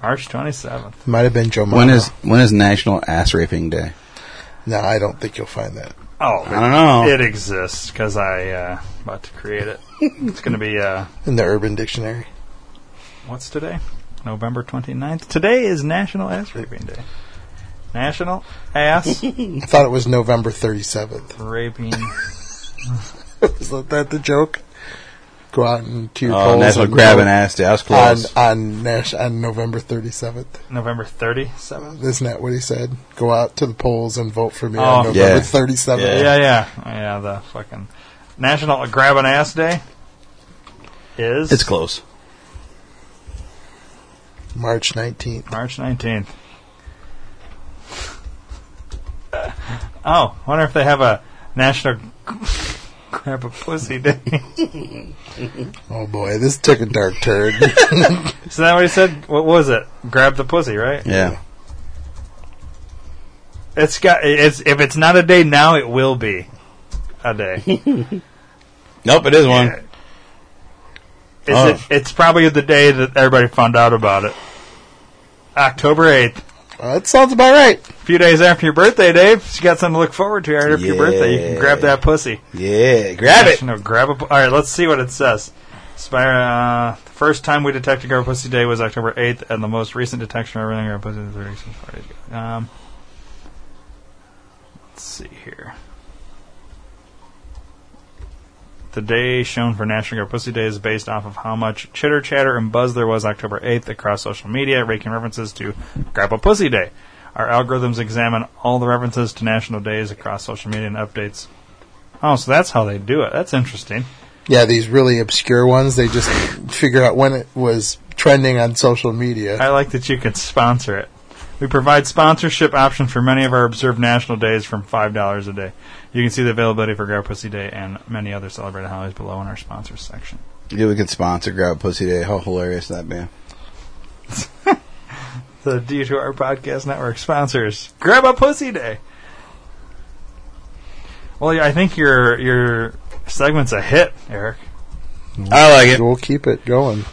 Speaker 1: March 27th.
Speaker 3: Might have been Joe.
Speaker 2: When
Speaker 3: Mama.
Speaker 2: is when is National Ass Raping Day?
Speaker 3: No, I don't think you'll find that.
Speaker 1: Oh,
Speaker 2: I don't know.
Speaker 1: It exists because I uh, about to create it. it's gonna be uh,
Speaker 3: in the Urban Dictionary.
Speaker 1: what's today? November 29th. Today is National Ass Raping Day. National Ass
Speaker 3: I thought it was November 37th.
Speaker 1: Raping
Speaker 3: Is that- that the joke? Go out and to your
Speaker 2: Oh,
Speaker 3: polls
Speaker 2: and that's what
Speaker 3: and
Speaker 2: grabbing
Speaker 3: vote
Speaker 2: ass. Day. That was close.
Speaker 3: on on Nash on November 37th.
Speaker 1: November 37th.
Speaker 3: Isn't that what he said? Go out to the polls and vote for me
Speaker 1: Oh.
Speaker 3: on November
Speaker 2: Yeah.
Speaker 3: 37th.
Speaker 1: Yeah,
Speaker 2: Yeah.
Speaker 1: yeah. Yeah, the fucking National Grab an Ass Day is
Speaker 2: it's close.
Speaker 3: March 19th.
Speaker 1: March 19th. Oh, wonder if they have a National Grab a Pussy Day.
Speaker 3: Oh boy, this took a dark turn.
Speaker 1: So that what he said? What was it? Grab the pussy, right?
Speaker 2: Yeah.
Speaker 1: It's got. It's if it's not a day now, it will be a day. Is
Speaker 2: Nope, it is one. Oh.
Speaker 1: it, it's probably the day that everybody found out about it. October eighth,
Speaker 3: Uh, that sounds about right.
Speaker 1: a few days after your birthday, Dave. You got something to look forward to right after your
Speaker 2: Yeah.
Speaker 1: birthday. You can grab that pussy.
Speaker 2: Yeah, grab it.
Speaker 1: No, grab a. pu- All right, let's see what it says. Spire, uh, the first time we detected grab a pussy day was October 8th, and the most recent detection of everything grab a pussy was 36 four days ago. Um, let's see here. The day shown for National Grab Pussy Day is based off of how much chitter chatter and buzz there was October 8th across social media, raking references to Grab a Pussy Day. Our algorithms examine all the references to national days across social media and updates Oh, so that's how they do it. That's interesting.
Speaker 3: Yeah, these really obscure ones, they just figure out when it was trending on social media.
Speaker 1: I like that you can sponsor it. We provide sponsorship options for many of our observed national days from $5 a day. You can see the availability for Grab Pussy Day and many other celebrated holidays below in our sponsors section.
Speaker 2: Yeah, we could sponsor Grab Pussy Day. How hilarious that man.
Speaker 1: The D2R Podcast Network sponsors Grab a Pussy Day. Well, yeah, I think your your segment's a hit, Eric.
Speaker 2: I like it.
Speaker 3: We'll keep it going.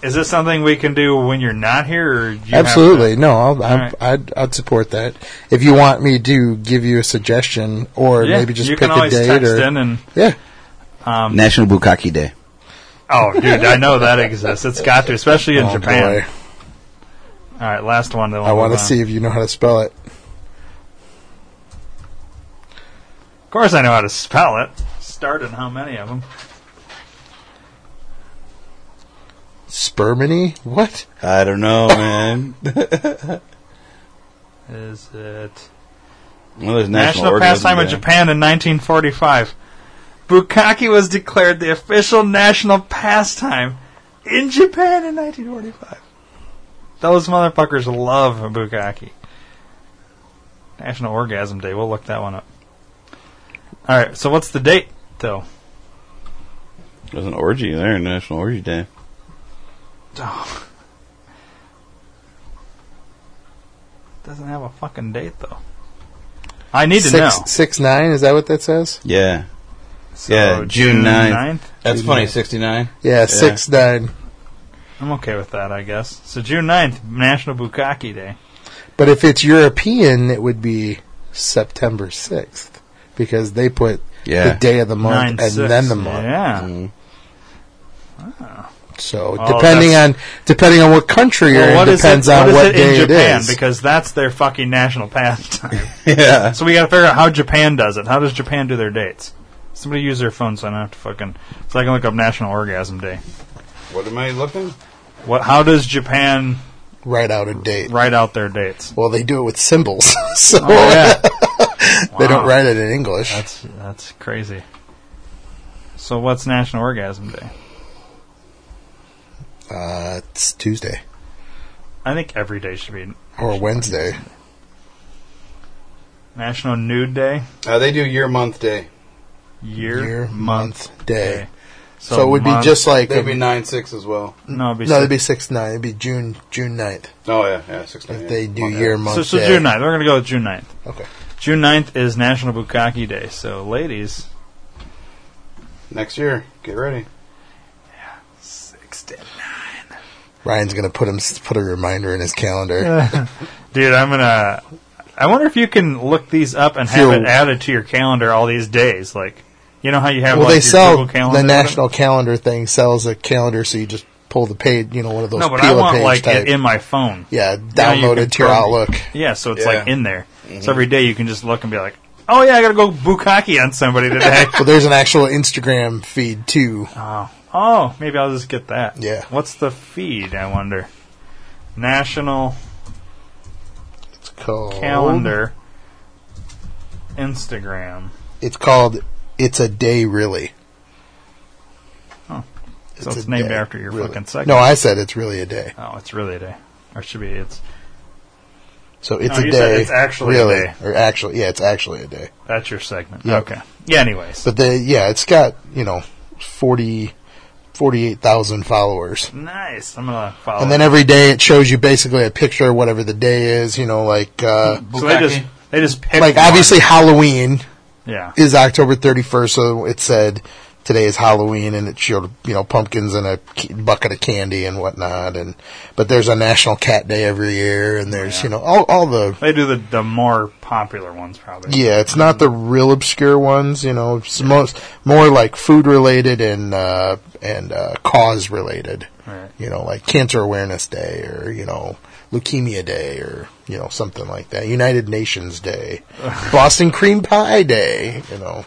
Speaker 1: Is this something we can do when you're not here? Or do you have to-
Speaker 3: Absolutely. No, I'll, I'll,
Speaker 1: right.
Speaker 3: I'd, I'd support that. If you want me to give you a suggestion or
Speaker 1: yeah,
Speaker 3: maybe just
Speaker 1: you can
Speaker 3: pick a
Speaker 1: always
Speaker 3: date
Speaker 1: text
Speaker 3: or.
Speaker 1: in and
Speaker 3: Yeah.
Speaker 1: Um,
Speaker 2: National Bukkake Day.
Speaker 1: Oh, dude, I know that exists. It's got to, especially in
Speaker 3: Oh,
Speaker 1: Japan.
Speaker 3: boy.
Speaker 1: All right, last one. Then we'll
Speaker 3: I want to
Speaker 1: move on.
Speaker 3: see if you know how to spell it.
Speaker 1: Of course, I know how to spell it. Start and how many of them?
Speaker 3: Spermany? What?
Speaker 2: I don't know, man.
Speaker 1: Is it
Speaker 2: well, there's National,
Speaker 1: National,
Speaker 2: Orgasm
Speaker 1: Pastime of
Speaker 2: Day.
Speaker 1: Japan in 1945? Bukkake was declared the official national pastime in Japan in 1945. Those motherfuckers love bukkake. National Orgasm Day. We'll look that one up. All right. So what's the date, though?
Speaker 2: There's an orgy there, National Orgy Day.
Speaker 1: Oh. Doesn't have a fucking date though. I need to know.
Speaker 3: Six, six nine? Is that what that says?
Speaker 2: Yeah.
Speaker 1: So,
Speaker 2: yeah, June 9th.
Speaker 1: 9th?
Speaker 2: That's
Speaker 3: June
Speaker 2: funny,
Speaker 3: ninth.
Speaker 2: 69.
Speaker 3: Yeah, six nine.
Speaker 1: I'm okay with that, I guess. So June 9th, National Bukkake Day.
Speaker 3: But if it's European, it would be September sixth because they put
Speaker 2: Yeah.
Speaker 3: the day of the month
Speaker 1: Nine,
Speaker 3: and
Speaker 1: six.
Speaker 3: then the month.
Speaker 1: Yeah.
Speaker 2: Mhm.
Speaker 3: So
Speaker 1: Oh,
Speaker 3: depending
Speaker 1: that's-
Speaker 3: on depending on what country
Speaker 1: Well,
Speaker 3: you're
Speaker 1: what
Speaker 3: in,
Speaker 1: is
Speaker 3: depends
Speaker 1: it,
Speaker 3: on
Speaker 1: what is
Speaker 3: what
Speaker 1: it
Speaker 3: day
Speaker 1: in Japan?
Speaker 3: it is.
Speaker 1: Because that's their fucking national pastime.
Speaker 2: Yeah.
Speaker 1: so we gotta figure out how Japan does it. How does Japan do their dates? Somebody use their phone so I don't have to fucking. So I can look up National Orgasm Day.
Speaker 2: What am I looking?
Speaker 1: What? How does Japan
Speaker 3: Right out of date.
Speaker 1: write out their dates?
Speaker 3: Well, they do it with symbols, so
Speaker 1: Oh, yeah.
Speaker 3: they don't
Speaker 1: Wow.
Speaker 3: write it in English.
Speaker 1: That's that's crazy. So what's National Orgasm Day?
Speaker 3: Uh, it's Tuesday
Speaker 1: I think every day should be
Speaker 3: or Wednesday.
Speaker 1: National Nude Day,
Speaker 2: Uh, they do year month day.
Speaker 1: year,
Speaker 3: Year,
Speaker 1: month,
Speaker 3: month, day.
Speaker 1: So,
Speaker 3: So, it would
Speaker 1: month-
Speaker 3: be just like a-
Speaker 2: 9 6 as well.
Speaker 1: no, it'd be
Speaker 3: no, it'd
Speaker 1: six-
Speaker 3: be six nine. It'd be June June 9th.
Speaker 2: Oh, yeah, yeah, 6
Speaker 3: If they do year month
Speaker 1: so, so
Speaker 3: day.
Speaker 1: June 9th. We're gonna go with June 9th.
Speaker 3: Okay.
Speaker 1: June 9th is National Bukkake Day. So ladies,
Speaker 2: Next year. Get ready.
Speaker 1: six to
Speaker 3: Ryan's gonna put him put a reminder in his calendar.
Speaker 1: Dude, I'm gonna. I wonder if you can look these up and have
Speaker 3: Feel-
Speaker 1: it added to your calendar all these days. Like, you know how you have
Speaker 3: well,
Speaker 1: like
Speaker 3: they
Speaker 1: your
Speaker 3: sell
Speaker 1: Google calendar.
Speaker 3: the national calendar thing sells a calendar, so you just pull the page, you know, one of those
Speaker 1: No, but I
Speaker 3: peel a
Speaker 1: want
Speaker 3: page
Speaker 1: like
Speaker 3: type.
Speaker 1: it in my phone.
Speaker 3: yeah,
Speaker 1: Now you
Speaker 3: downloaded
Speaker 1: can
Speaker 3: to your
Speaker 1: prob-
Speaker 3: Outlook.
Speaker 1: Yeah, so it's
Speaker 2: Yeah.
Speaker 1: like in there.
Speaker 3: Mm-hmm.
Speaker 1: So every day you can just look and be like, oh yeah, I gotta go bukkake on somebody today.
Speaker 3: Well, there's an actual Instagram feed too.
Speaker 1: oh, oh, maybe I'll just get that.
Speaker 3: Yeah.
Speaker 1: What's the feed? I wonder. National
Speaker 3: It's called
Speaker 1: calendar.
Speaker 3: Oh.
Speaker 1: Instagram.
Speaker 3: It's called "It's a Day Really."
Speaker 1: So it's
Speaker 3: a
Speaker 1: named
Speaker 3: day,
Speaker 1: after your
Speaker 3: really.
Speaker 1: fucking segment.
Speaker 3: No, I said it's really a day.
Speaker 1: Oh, it's really a day. Or it should be it's
Speaker 3: So it's
Speaker 1: No,
Speaker 3: a
Speaker 1: you
Speaker 3: day.
Speaker 1: said it's actually a
Speaker 3: really,
Speaker 1: day.
Speaker 3: or actually, yeah, it's actually a day.
Speaker 1: that's your segment.
Speaker 3: Yep.
Speaker 1: Okay. Yeah, anyways.
Speaker 3: But the yeah, it's got you know 40, 48,000 followers.
Speaker 1: nice. I'm gonna follow.
Speaker 3: And then every day it shows you basically a picture of whatever the day is, you know, like uh
Speaker 1: so they just they just pick
Speaker 3: like
Speaker 1: one.
Speaker 3: obviously Halloween
Speaker 1: Yeah.
Speaker 3: is October 31st, so it said today is Halloween, and it showed you know pumpkins and a c- bucket of candy and whatnot. And but there's a National Cat Day every year, and
Speaker 1: Oh,
Speaker 3: there's you know all all the
Speaker 1: They do the, the more popular ones probably.
Speaker 3: yeah, it's not the real obscure ones, you know. It's most more like food related and uh, and uh, cause related.
Speaker 1: Right.
Speaker 3: You know, like Cancer Awareness Day or you know Leukemia Day or you know something like that. United Nations Day, Boston Cream Pie Day, you know,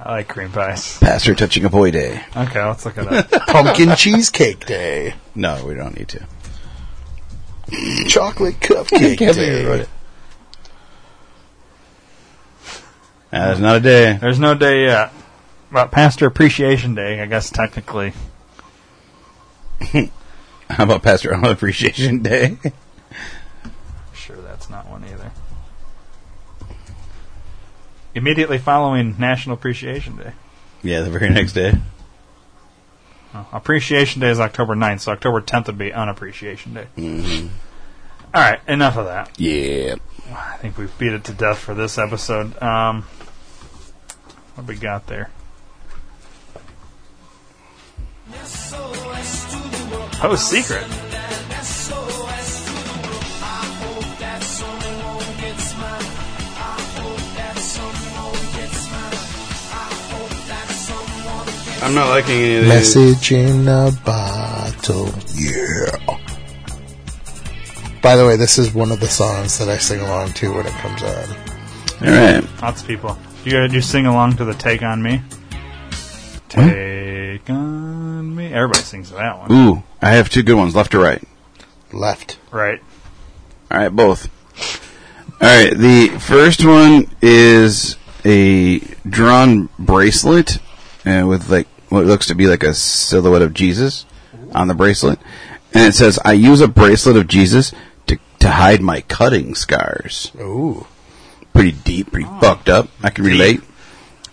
Speaker 1: I like cream pies.
Speaker 2: Pastor touching a boy day.
Speaker 1: Okay, let's look at that.
Speaker 3: Pumpkin Cheesecake Day,
Speaker 2: No, we don't need to.
Speaker 3: Chocolate Cupcake
Speaker 2: Can't believe you wrote
Speaker 3: Day.
Speaker 2: it. Nah, That's Ah, not a day.
Speaker 1: There's no day yet. But Pastor Appreciation Day, I guess technically.
Speaker 2: How about Pastor Arnold Appreciation Day?
Speaker 1: Sure, that's not one either. Immediately following National Appreciation Day.
Speaker 2: yeah, the very next day.
Speaker 1: Oh, Appreciation Day is October 9th, so October 10th would be Unappreciation Day. All right, enough of that.
Speaker 2: Mm-hmm. Yeah.
Speaker 1: I think we've beat it to death for this episode. Um, what we got there? Oh, secret.
Speaker 2: I'm not liking any of these.
Speaker 3: Message in a bottle. Yeah. By the way, this is one of the songs that I sing along to when it comes on.
Speaker 2: All right.
Speaker 1: Lots of people. Do you, do you sing along to the Take On Me? Take On Me. Everybody sings that one.
Speaker 2: Ooh, I have two good ones, left or right.
Speaker 3: Left.
Speaker 1: Right.
Speaker 2: All right, both. All right, the first one is a drawn bracelet uh, with like what looks to be like a silhouette of Jesus on the bracelet, and it says, "I use a bracelet of Jesus to to hide my cutting scars."
Speaker 3: Ooh.
Speaker 2: Pretty deep, pretty fucked up. I can relate.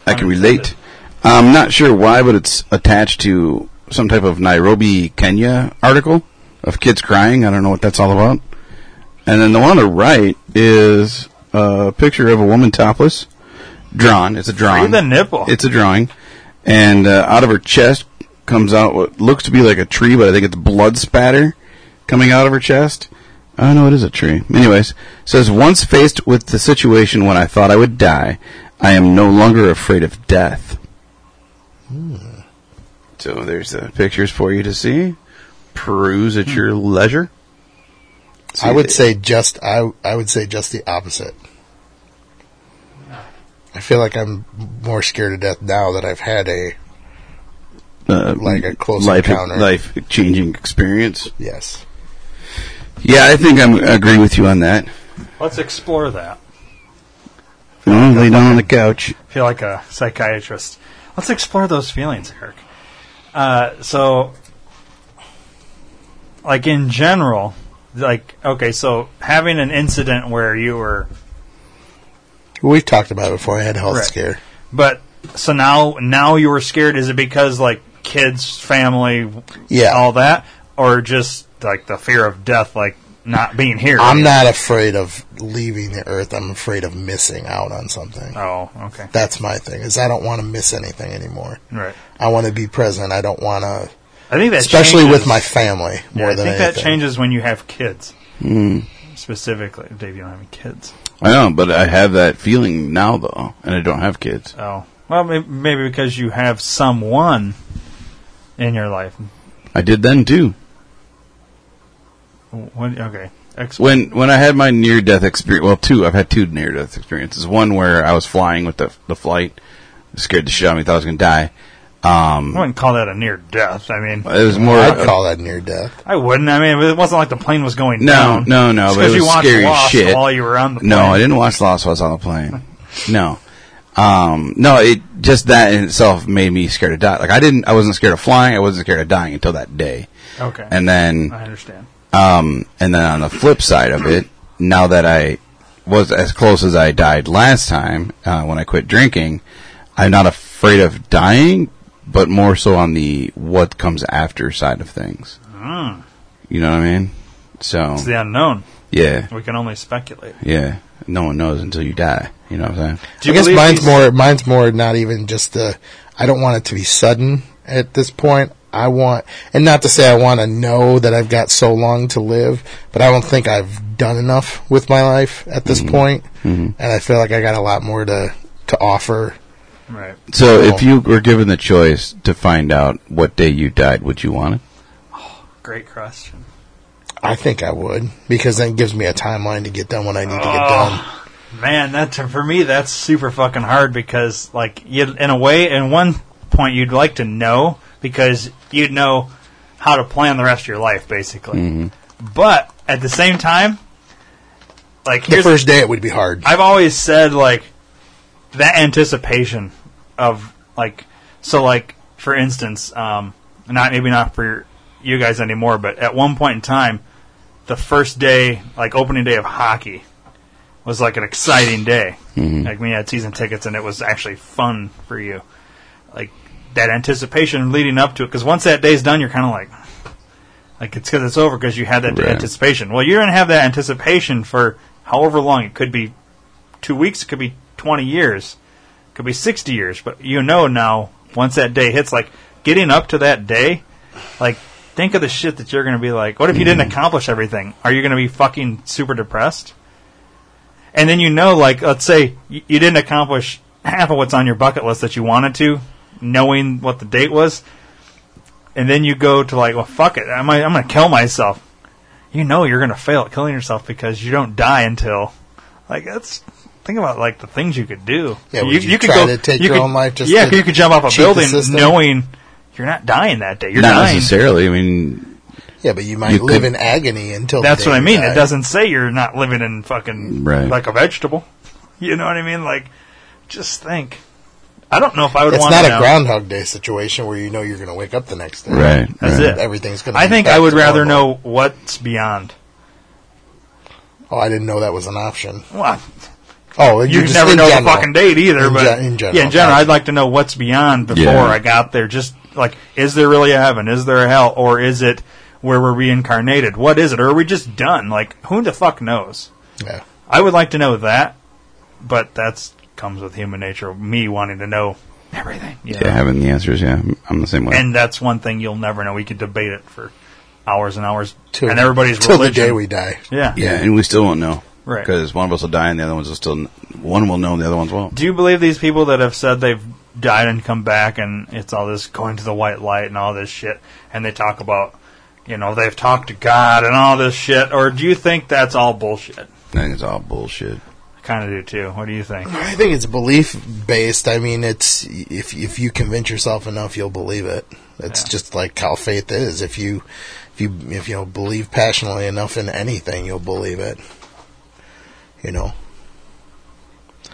Speaker 2: I can relate.
Speaker 1: Unintended.
Speaker 2: I'm not sure why, but it's attached to some type of Nairobi, Kenya article of kids crying. I don't know what that's all about. And then the one on the right is a picture of a woman topless, drawn. It's a
Speaker 1: Free
Speaker 2: drawing.
Speaker 1: the nipple.
Speaker 2: It's a drawing, and uh, out of her chest comes out what looks to be like a tree, but I think it's blood spatter coming out of her chest. Oh no, it is a tree. Anyways, says once faced with the situation when I thought I would die, I am no longer afraid of death. Hmm. So there's the pictures for you to see, peruse at your leisure.
Speaker 3: I would say just I I would say just the opposite. I feel like I'm more scared to death now that I've had a
Speaker 2: uh,
Speaker 3: like a close
Speaker 2: life,
Speaker 3: encounter.
Speaker 2: life changing experience.
Speaker 3: yes.
Speaker 2: Yeah, I think I'm agree with you on that.
Speaker 1: Let's explore that.
Speaker 2: No, lay down on the couch.
Speaker 1: feel like a psychiatrist. Let's explore those feelings, Kirk. Uh, so, like in general, like okay, so having an incident where you were,
Speaker 3: We've talked about it before. I had a health
Speaker 1: Right.
Speaker 3: scare.
Speaker 1: but so now now you were scared. Is it because like kids, family,
Speaker 3: Yeah.
Speaker 1: all that, or just like the fear of death, like not being here?
Speaker 3: I'm not afraid of leaving the earth. I'm afraid of missing out on something.
Speaker 1: Oh, okay,
Speaker 3: That's my thing. Is I don't want to miss anything anymore.
Speaker 1: right.
Speaker 3: I want to be present. I don't want to,
Speaker 1: I think that
Speaker 3: especially
Speaker 1: changes-
Speaker 3: with my family
Speaker 1: Yeah,
Speaker 3: more
Speaker 1: I
Speaker 3: than
Speaker 1: think
Speaker 3: anything.
Speaker 1: that changes when you have kids.
Speaker 2: Hmm.
Speaker 1: Specifically, Dave, you don't have any kids.
Speaker 2: I know, but I have that feeling now though, and I don't have kids.
Speaker 1: Oh, well, may- maybe because you have someone in your life.
Speaker 2: I did then too.
Speaker 1: What, okay. Ex-
Speaker 2: When when I had my near death experience, well, two. I've had two near death experiences. One where I was flying with the the flight, scared the shit out of me, thought I was gonna die. Um,
Speaker 1: I wouldn't call that a near death. I mean,
Speaker 2: it was more.
Speaker 3: I'd call that near death.
Speaker 1: I wouldn't. I mean, it wasn't like the plane was going
Speaker 2: no,
Speaker 1: down.
Speaker 2: no, no. But
Speaker 1: because
Speaker 2: it
Speaker 1: you
Speaker 2: was
Speaker 1: watched
Speaker 2: scary as
Speaker 1: Lost
Speaker 2: shit.
Speaker 1: while you were on the plane.
Speaker 2: No, I didn't watch Lost while I was on the plane. No. Um, no, it just that in itself made me scared to die. Like I didn't, I wasn't scared of flying. I wasn't scared of dying until that day.
Speaker 1: Okay,
Speaker 2: And then,
Speaker 1: I understand.
Speaker 2: um, and then on the flip side of it, now that I was as close as I died last time uh, when I quit drinking, I'm not afraid of dying, but more so on the what comes after side of things.
Speaker 1: Mm,
Speaker 2: You know what I mean? So
Speaker 1: it's the unknown.
Speaker 2: yeah,
Speaker 1: We can only speculate.
Speaker 2: yeah. No one knows until you die. You know what I'm saying?
Speaker 1: Do
Speaker 3: I
Speaker 1: you
Speaker 3: guess
Speaker 1: believe
Speaker 3: mine's
Speaker 1: these-
Speaker 3: more mine's more not even just the I don't want it to be sudden at this point. I want and not to say I want to know that I've got so long to live, but I don't think I've done enough with my life at this point. And I feel like I got a lot more to to offer.
Speaker 1: Right.
Speaker 2: So,
Speaker 3: Cool.
Speaker 2: if you were given the choice to find out what day you died, would you want it?
Speaker 1: Great question.
Speaker 3: I think I would because then it gives me a timeline to get done what I need to get done.
Speaker 1: Oh, Man, that for me that's super fucking hard because like you in a way in one point you'd like to know because you'd know how to plan the rest of your life basically.
Speaker 3: Mm-hmm.
Speaker 1: But at the same time like
Speaker 3: The
Speaker 1: here's
Speaker 3: first day it would be hard.
Speaker 1: I've always said like that anticipation of like so like for instance, um, not maybe not for you guys anymore, but at one point in time, the first day like opening day of hockey was like an exciting day. Like we had season tickets and it was actually fun for you. Like that anticipation leading up to it, because once that day's done, you're kind of like. Like it's because it's over because you had that
Speaker 2: Right.
Speaker 1: anticipation. Well, you're gonna have that anticipation for however long. It could be two weeks, it could be 20 years, it could be 60 years. But you know now, once that day hits, like getting up to that day, like think of the shit that you're going to be like. What if you didn't accomplish everything? Are you going to be fucking super depressed? And then you know, like, let's say you, you didn't accomplish half of what's on your bucket list that you wanted to, knowing what the date was. And then you go to like, well, fuck it, I'm, I'm going to kill myself. You know you're going to fail at killing yourself because you don't die until like that's think about like the things you could do.
Speaker 3: Yeah, would you try to take your
Speaker 1: could-
Speaker 3: own life just
Speaker 1: yeah,
Speaker 3: to
Speaker 1: you could jump off a
Speaker 3: cheat the
Speaker 1: building
Speaker 3: system?
Speaker 1: knowing you're not dying that day. You're
Speaker 2: Not
Speaker 1: dying.
Speaker 2: necessarily. I mean,
Speaker 3: Yeah, but you might
Speaker 2: You
Speaker 3: live
Speaker 2: could-
Speaker 3: in agony until the
Speaker 1: That's
Speaker 3: day
Speaker 1: what I
Speaker 3: you
Speaker 1: mean.
Speaker 3: die.
Speaker 1: It doesn't say you're not living in fucking
Speaker 2: Right.
Speaker 1: like a vegetable. You know what I mean? Like, just think. I don't know if I would
Speaker 3: It's
Speaker 1: want
Speaker 3: not
Speaker 1: to
Speaker 3: a
Speaker 1: know.
Speaker 3: Groundhog Day situation where you know you're going to wake up the next day.
Speaker 2: right.
Speaker 1: That's
Speaker 2: right.
Speaker 1: it.
Speaker 3: Everything's going. to
Speaker 1: I think I would rather know what's beyond.
Speaker 3: Oh, I didn't know that was an option.
Speaker 1: Well,
Speaker 3: Oh,
Speaker 1: you
Speaker 3: just-
Speaker 1: never
Speaker 3: in
Speaker 1: know the
Speaker 3: general.
Speaker 1: fucking date either.
Speaker 3: In
Speaker 1: but
Speaker 3: gen- in general,
Speaker 1: yeah, in general,
Speaker 3: gotcha.
Speaker 1: I'd like to know what's beyond before
Speaker 2: Yeah.
Speaker 1: I got there. Just like, is there really a heaven? Is there a hell? Or is it where we're reincarnated? What is it? Or are we just done? Like, who the fuck knows?
Speaker 3: Yeah.
Speaker 1: I would like to know that, but that's comes with human nature. Me wanting to know everything. you
Speaker 2: Yeah,
Speaker 1: know?
Speaker 2: having the answers. Yeah, I'm the same way.
Speaker 1: and that's one thing you'll never know. We could debate it for hours and hours,
Speaker 3: Till-
Speaker 1: and everybody's
Speaker 3: till the
Speaker 1: religion.
Speaker 3: day we die.
Speaker 1: yeah.
Speaker 2: yeah, and we still won't know.
Speaker 1: Right.
Speaker 2: Because one of us will die, and the other ones will still. One will know, and the other ones won't.
Speaker 1: Do you believe these people that have said they've died and come back and it's all this going to the white light and all this shit and they talk about you know they've talked to God and all this shit or do you think that's all bullshit?
Speaker 2: I think it's all bullshit.
Speaker 1: I kind of do too. What do you think?
Speaker 3: I think it's belief based. I mean, it's if if you convince yourself enough, you'll believe it. It's
Speaker 1: Yeah.
Speaker 3: just like how faith is. If you if you if you know, believe passionately enough in anything, you'll believe it. You know,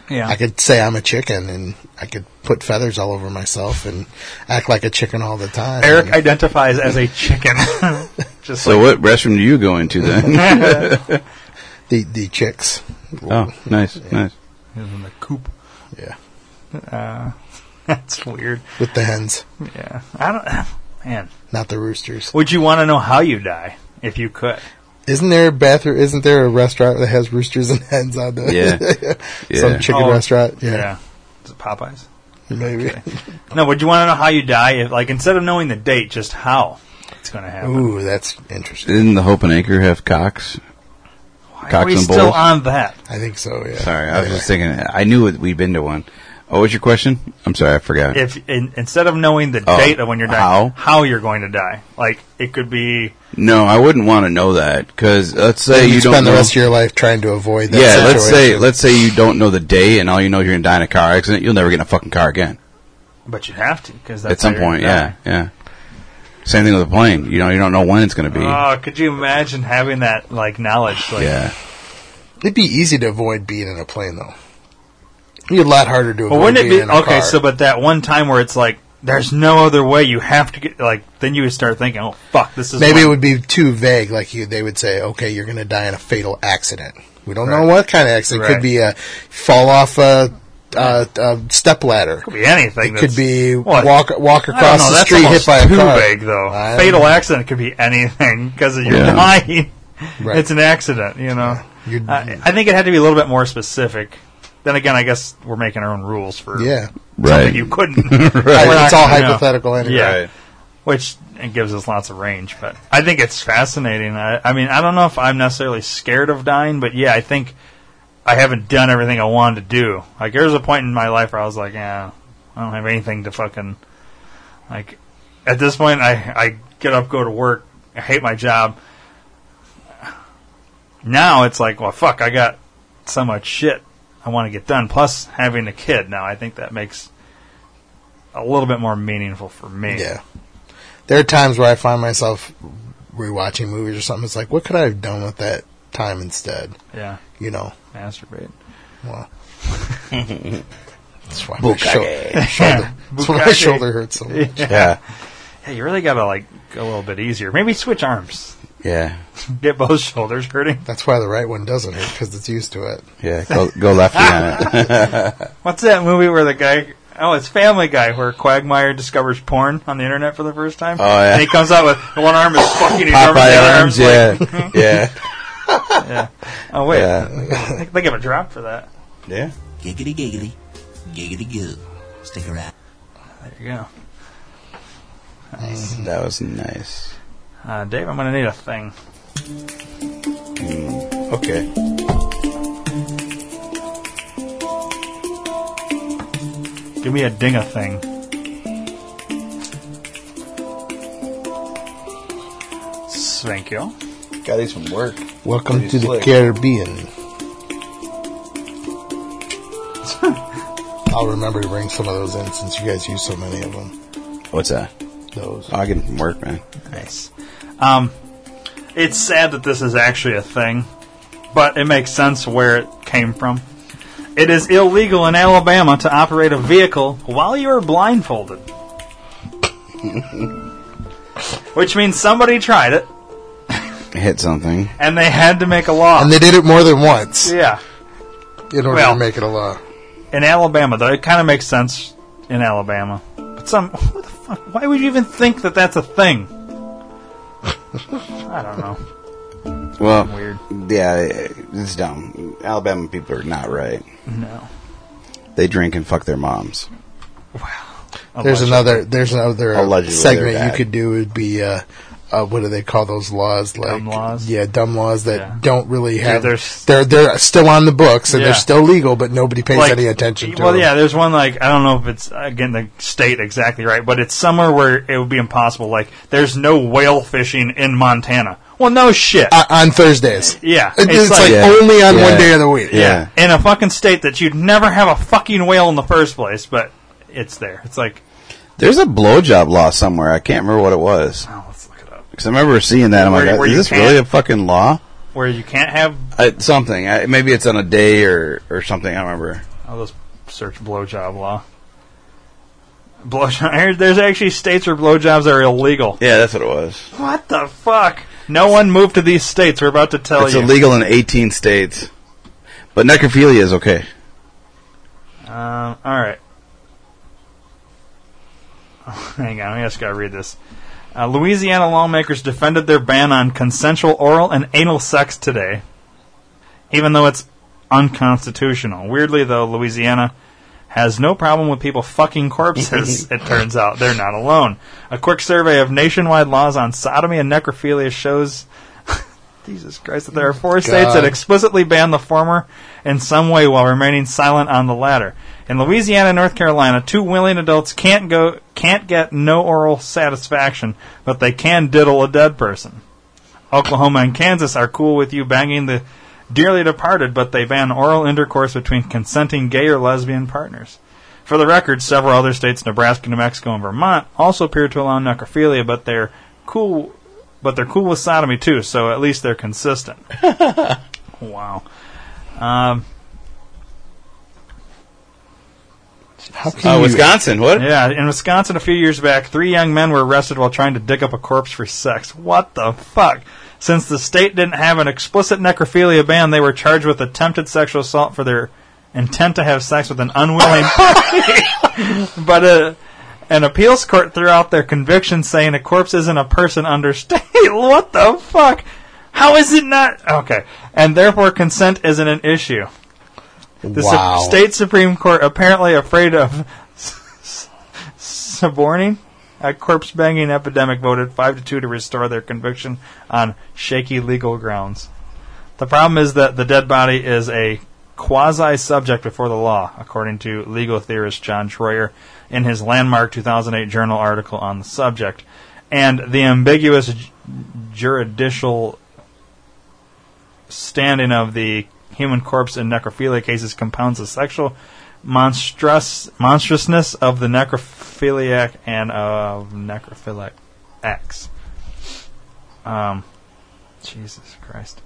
Speaker 1: Yeah.
Speaker 3: I could say I'm a chicken and I could put feathers all over myself and act like a chicken all the time.
Speaker 1: Eric
Speaker 3: And-
Speaker 1: identifies as a chicken. Just
Speaker 2: So,
Speaker 1: like
Speaker 2: what restroom do you go into then?
Speaker 3: the the chicks.
Speaker 2: oh, nice, nice.
Speaker 1: in the coop.
Speaker 3: Yeah,
Speaker 1: Uh, that's weird.
Speaker 3: with the hens,
Speaker 1: Yeah. I don't man.
Speaker 3: not the roosters.
Speaker 1: Would you want to know how you die if you could?
Speaker 3: Isn't there a bathroom? Isn't there a restaurant that has roosters and hens on it?
Speaker 2: Yeah. Yeah.
Speaker 3: some chicken
Speaker 1: Oh.
Speaker 3: restaurant. Yeah,
Speaker 1: Is it Popeyes?
Speaker 3: maybe.
Speaker 1: No, would you want to know how you die? If, like instead of knowing the date, just how it's going to happen.
Speaker 3: Ooh, that's interesting.
Speaker 2: Didn't the Hope and Anchor have cocks?
Speaker 1: Why
Speaker 2: Cocks
Speaker 1: are we
Speaker 2: and
Speaker 1: still
Speaker 2: balls?
Speaker 1: on that?
Speaker 3: I think so. Yeah.
Speaker 2: Sorry, I was
Speaker 3: Anyway.
Speaker 2: just thinking. I knew it- we'd been to one. What was your question? I'm sorry, I forgot.
Speaker 1: If in, instead of knowing the
Speaker 2: Oh,
Speaker 1: date of when you're dying,
Speaker 2: how?
Speaker 1: you're going to die, like it could be
Speaker 2: no, I wouldn't want to know that because let's say
Speaker 3: Then
Speaker 2: you,
Speaker 3: you
Speaker 2: don't
Speaker 3: spend
Speaker 2: know.
Speaker 3: the rest of your life trying to avoid that
Speaker 2: yeah,
Speaker 3: situation.
Speaker 2: let's say let's say you don't know the day, and all you know is you're gonna die in a car accident. You'll never get in a fucking car again.
Speaker 1: but you have to because
Speaker 2: At some point, yeah, yeah. Same thing with a plane. You know, you don't know when it's gonna be.
Speaker 1: Oh, could you imagine having that like knowledge? Like,
Speaker 2: yeah,
Speaker 3: It'd be easy to avoid being in a plane, though. It'd be a lot harder to
Speaker 1: But
Speaker 3: avoid
Speaker 1: wouldn't it
Speaker 3: being
Speaker 1: be
Speaker 3: in a
Speaker 1: okay?
Speaker 3: car.
Speaker 1: So, but that one time where it's like, there's no other way. You have to get like. Then you would start thinking, oh fuck, this is
Speaker 3: Maybe
Speaker 1: when-
Speaker 3: it would be too vague. Like you, they would say, "Okay, you're going to die in a fatal accident." We don't know
Speaker 1: Right.
Speaker 3: what kind of accident. It
Speaker 1: Right.
Speaker 3: could be a fall off a, a, a step ladder.
Speaker 1: could be anything.
Speaker 3: It could
Speaker 1: that's-
Speaker 3: be
Speaker 1: Well,
Speaker 3: walk walk
Speaker 1: I don't
Speaker 3: across
Speaker 1: know.
Speaker 3: the
Speaker 1: That's
Speaker 3: street hit
Speaker 1: almost
Speaker 3: by a
Speaker 1: too
Speaker 3: car.
Speaker 1: big, though.
Speaker 3: I-
Speaker 1: Fatal accident could be anything because you're
Speaker 2: Yeah.
Speaker 1: lying.
Speaker 3: Right.
Speaker 1: It's an accident, you know.
Speaker 3: You're-
Speaker 1: I, I think it had to be a little bit more specific. Then again, I guess we're making our own rules for
Speaker 3: Yeah,
Speaker 1: something
Speaker 2: right.
Speaker 1: you couldn't.
Speaker 2: Right.
Speaker 1: We're not
Speaker 3: it's all
Speaker 1: gonna know.
Speaker 3: hypothetical anyway.
Speaker 1: Yeah.
Speaker 2: Right.
Speaker 1: Which it gives us lots of range, but I think it's fascinating. I, I mean, I don't know if I'm necessarily scared of dying, but yeah, I think I haven't done everything I wanted to do. Like, there was a point in my life where I was like, yeah, I don't have anything to fucking like. At this point, I I get up, go to work. I hate my job. Now it's like, well, fuck, I got so much shit I want to get done. Plus, having a kid now, I think that makes a little bit more meaningful for me.
Speaker 3: Yeah. There are times where I find myself rewatching movies or something. It's like, what could I have done with that time instead?
Speaker 1: Yeah,
Speaker 3: You know,
Speaker 1: masturbate.
Speaker 3: well. that's why my shoulder,
Speaker 2: Bukake.
Speaker 3: shoulder, that's why my
Speaker 1: Bukake.
Speaker 3: shoulder hurts so much.
Speaker 2: Yeah,
Speaker 1: Hey, you really gotta like go a little bit easier. Maybe switch arms.
Speaker 2: yeah,
Speaker 1: Get both shoulders hurting.
Speaker 3: That's why the right one doesn't hurt because it's used to it.
Speaker 2: yeah. Go go lefty on it.
Speaker 1: What's that movie where the guy? Oh, it's Family Guy, where Quagmire discovers porn on the internet for the first time.
Speaker 2: Oh, yeah.
Speaker 1: And he comes out with one arm is fucking his arm, and the
Speaker 2: Popeye
Speaker 1: other
Speaker 2: arms,
Speaker 1: arm's like-
Speaker 2: yeah, yeah,
Speaker 1: oh wait,
Speaker 2: yeah,
Speaker 1: I think they give a drop for that.
Speaker 2: yeah.
Speaker 4: Giggity giggity. Giggity goo. Stick around.
Speaker 1: There you go,
Speaker 2: That was nice.
Speaker 1: uh, Dave. I'm gonna need a thing.
Speaker 2: Mm. Okay.
Speaker 1: Give me a ding a thing. Thank you.
Speaker 2: Got these from work.
Speaker 3: Welcome
Speaker 2: Pretty
Speaker 3: to the
Speaker 2: slick.
Speaker 3: Caribbean. I'll remember to bring some of those in since you guys use so many of them.
Speaker 2: What's that?
Speaker 3: Those.
Speaker 2: Oh, I get them from work, man.
Speaker 1: Nice. Um, it's sad that this is actually a thing, but it makes sense where it came from. It is illegal in Alabama to operate a vehicle while you are blindfolded. Which means somebody tried it
Speaker 2: Hit something.
Speaker 1: and they had to make a law.
Speaker 3: And they did it more than once
Speaker 1: yeah.
Speaker 3: in order
Speaker 1: Well-
Speaker 3: to make it a law.
Speaker 1: In Alabama, though, it kind of makes sense in Alabama. But some. What the fuck? Why would you even think that that's a thing? I don't know.
Speaker 2: Well,
Speaker 1: Weird.
Speaker 2: Yeah, it's dumb. Alabama people are not right.
Speaker 1: No.
Speaker 2: They drink and fuck their moms.
Speaker 3: There's another. There's another
Speaker 2: Allegedly, they're
Speaker 3: segment
Speaker 2: bad.
Speaker 3: you could do would be. Uh, uh, what do they call those laws? Like
Speaker 1: Dumb laws?
Speaker 3: Yeah, dumb laws that
Speaker 1: Yeah.
Speaker 3: don't really have.
Speaker 1: there's-
Speaker 3: they're they're still on the books and
Speaker 1: Yeah.
Speaker 3: they're still legal, but nobody pays
Speaker 1: Like,
Speaker 3: any attention to
Speaker 1: Well,
Speaker 3: them.
Speaker 1: yeah, there's one like I don't know if it's again the state exactly right, but it's somewhere where it would be impossible. Like there's no whale fishing in Montana. Well, no shit.
Speaker 3: Uh, on Thursdays.
Speaker 1: Yeah,
Speaker 3: It-
Speaker 1: it's
Speaker 3: it's,
Speaker 1: like-
Speaker 3: like,
Speaker 2: Yeah.
Speaker 3: only on
Speaker 2: Yeah.
Speaker 3: one day of the week.
Speaker 2: Yeah.
Speaker 1: in a fucking state that you'd never have a fucking whale in the first place, but it's there. It's like
Speaker 2: There's a blowjob law somewhere. I can't remember what it was.
Speaker 1: oh, let's look it up.
Speaker 2: Because I remember seeing that. I'm
Speaker 1: Where-
Speaker 2: like,
Speaker 1: where
Speaker 2: is
Speaker 1: you
Speaker 2: this
Speaker 1: can't-
Speaker 2: really a fucking law?
Speaker 1: Where you can't have
Speaker 2: Uh, something. I, maybe it's on a day or, or something. I don't remember.
Speaker 1: I'll just search blowjob law. Blowjob. here- There's actually states where blowjobs are illegal.
Speaker 2: Yeah, that's what it was.
Speaker 1: What the fuck? No one moved to these states. We're about to tell
Speaker 2: it's
Speaker 1: you.
Speaker 2: illegal in 18 states. But necrophilia is okay.
Speaker 1: Um, all right. Hang on, I just gotta read this. Uh, Louisiana lawmakers defended their ban on consensual oral and anal sex today, even though it's unconstitutional. Weirdly, though, Louisiana has no problem with people fucking corpses. it turns out they're not alone. A quick survey of nationwide laws on sodomy and necrophilia shows Jesus Christ, that there are four states that explicitly ban the former in some way while remaining silent on the latter. In Louisiana and North Carolina, two willing adults can't go can't get no oral satisfaction, but they can diddle a dead person. Oklahoma and Kansas are cool with you banging the dearly departed, but they ban oral intercourse between consenting gay or lesbian partners. For the record, several other states, Nebraska, New Mexico, and Vermont, also appear to allow necrophilia, but they're cool, but they're cool with sodomy too. So at least they're consistent. wow. Um,
Speaker 3: How can
Speaker 1: Oh,
Speaker 2: Uh,
Speaker 3: you-
Speaker 2: Wisconsin, what?
Speaker 1: yeah, in Wisconsin a few years back, three young men were arrested while trying to dig up a corpse for sex. What the fuck? Since the state didn't have an explicit necrophilia ban, they were charged with attempted sexual assault for their intent to have sex with an unwilling but uh, an appeals court threw out their conviction saying a corpse isn't a person under state. what the fuck? How is it not? Okay. And therefore consent isn't an issue. The su-
Speaker 3: wow.
Speaker 1: state Supreme Court apparently afraid of s- s- suborning a corpse banging epidemic voted 5 to 2 to restore their conviction on shaky legal grounds. The problem is that the dead body is a quasi subject before the law, according to legal theorist John Troyer in his landmark 2008 journal article on the subject. And the ambiguous ju- juridical standing of the human corpse in necrophilia cases compounds the sexual monstrous monstrousness of the necrophiliac and of necrophilic acts. Um, Jesus Christ.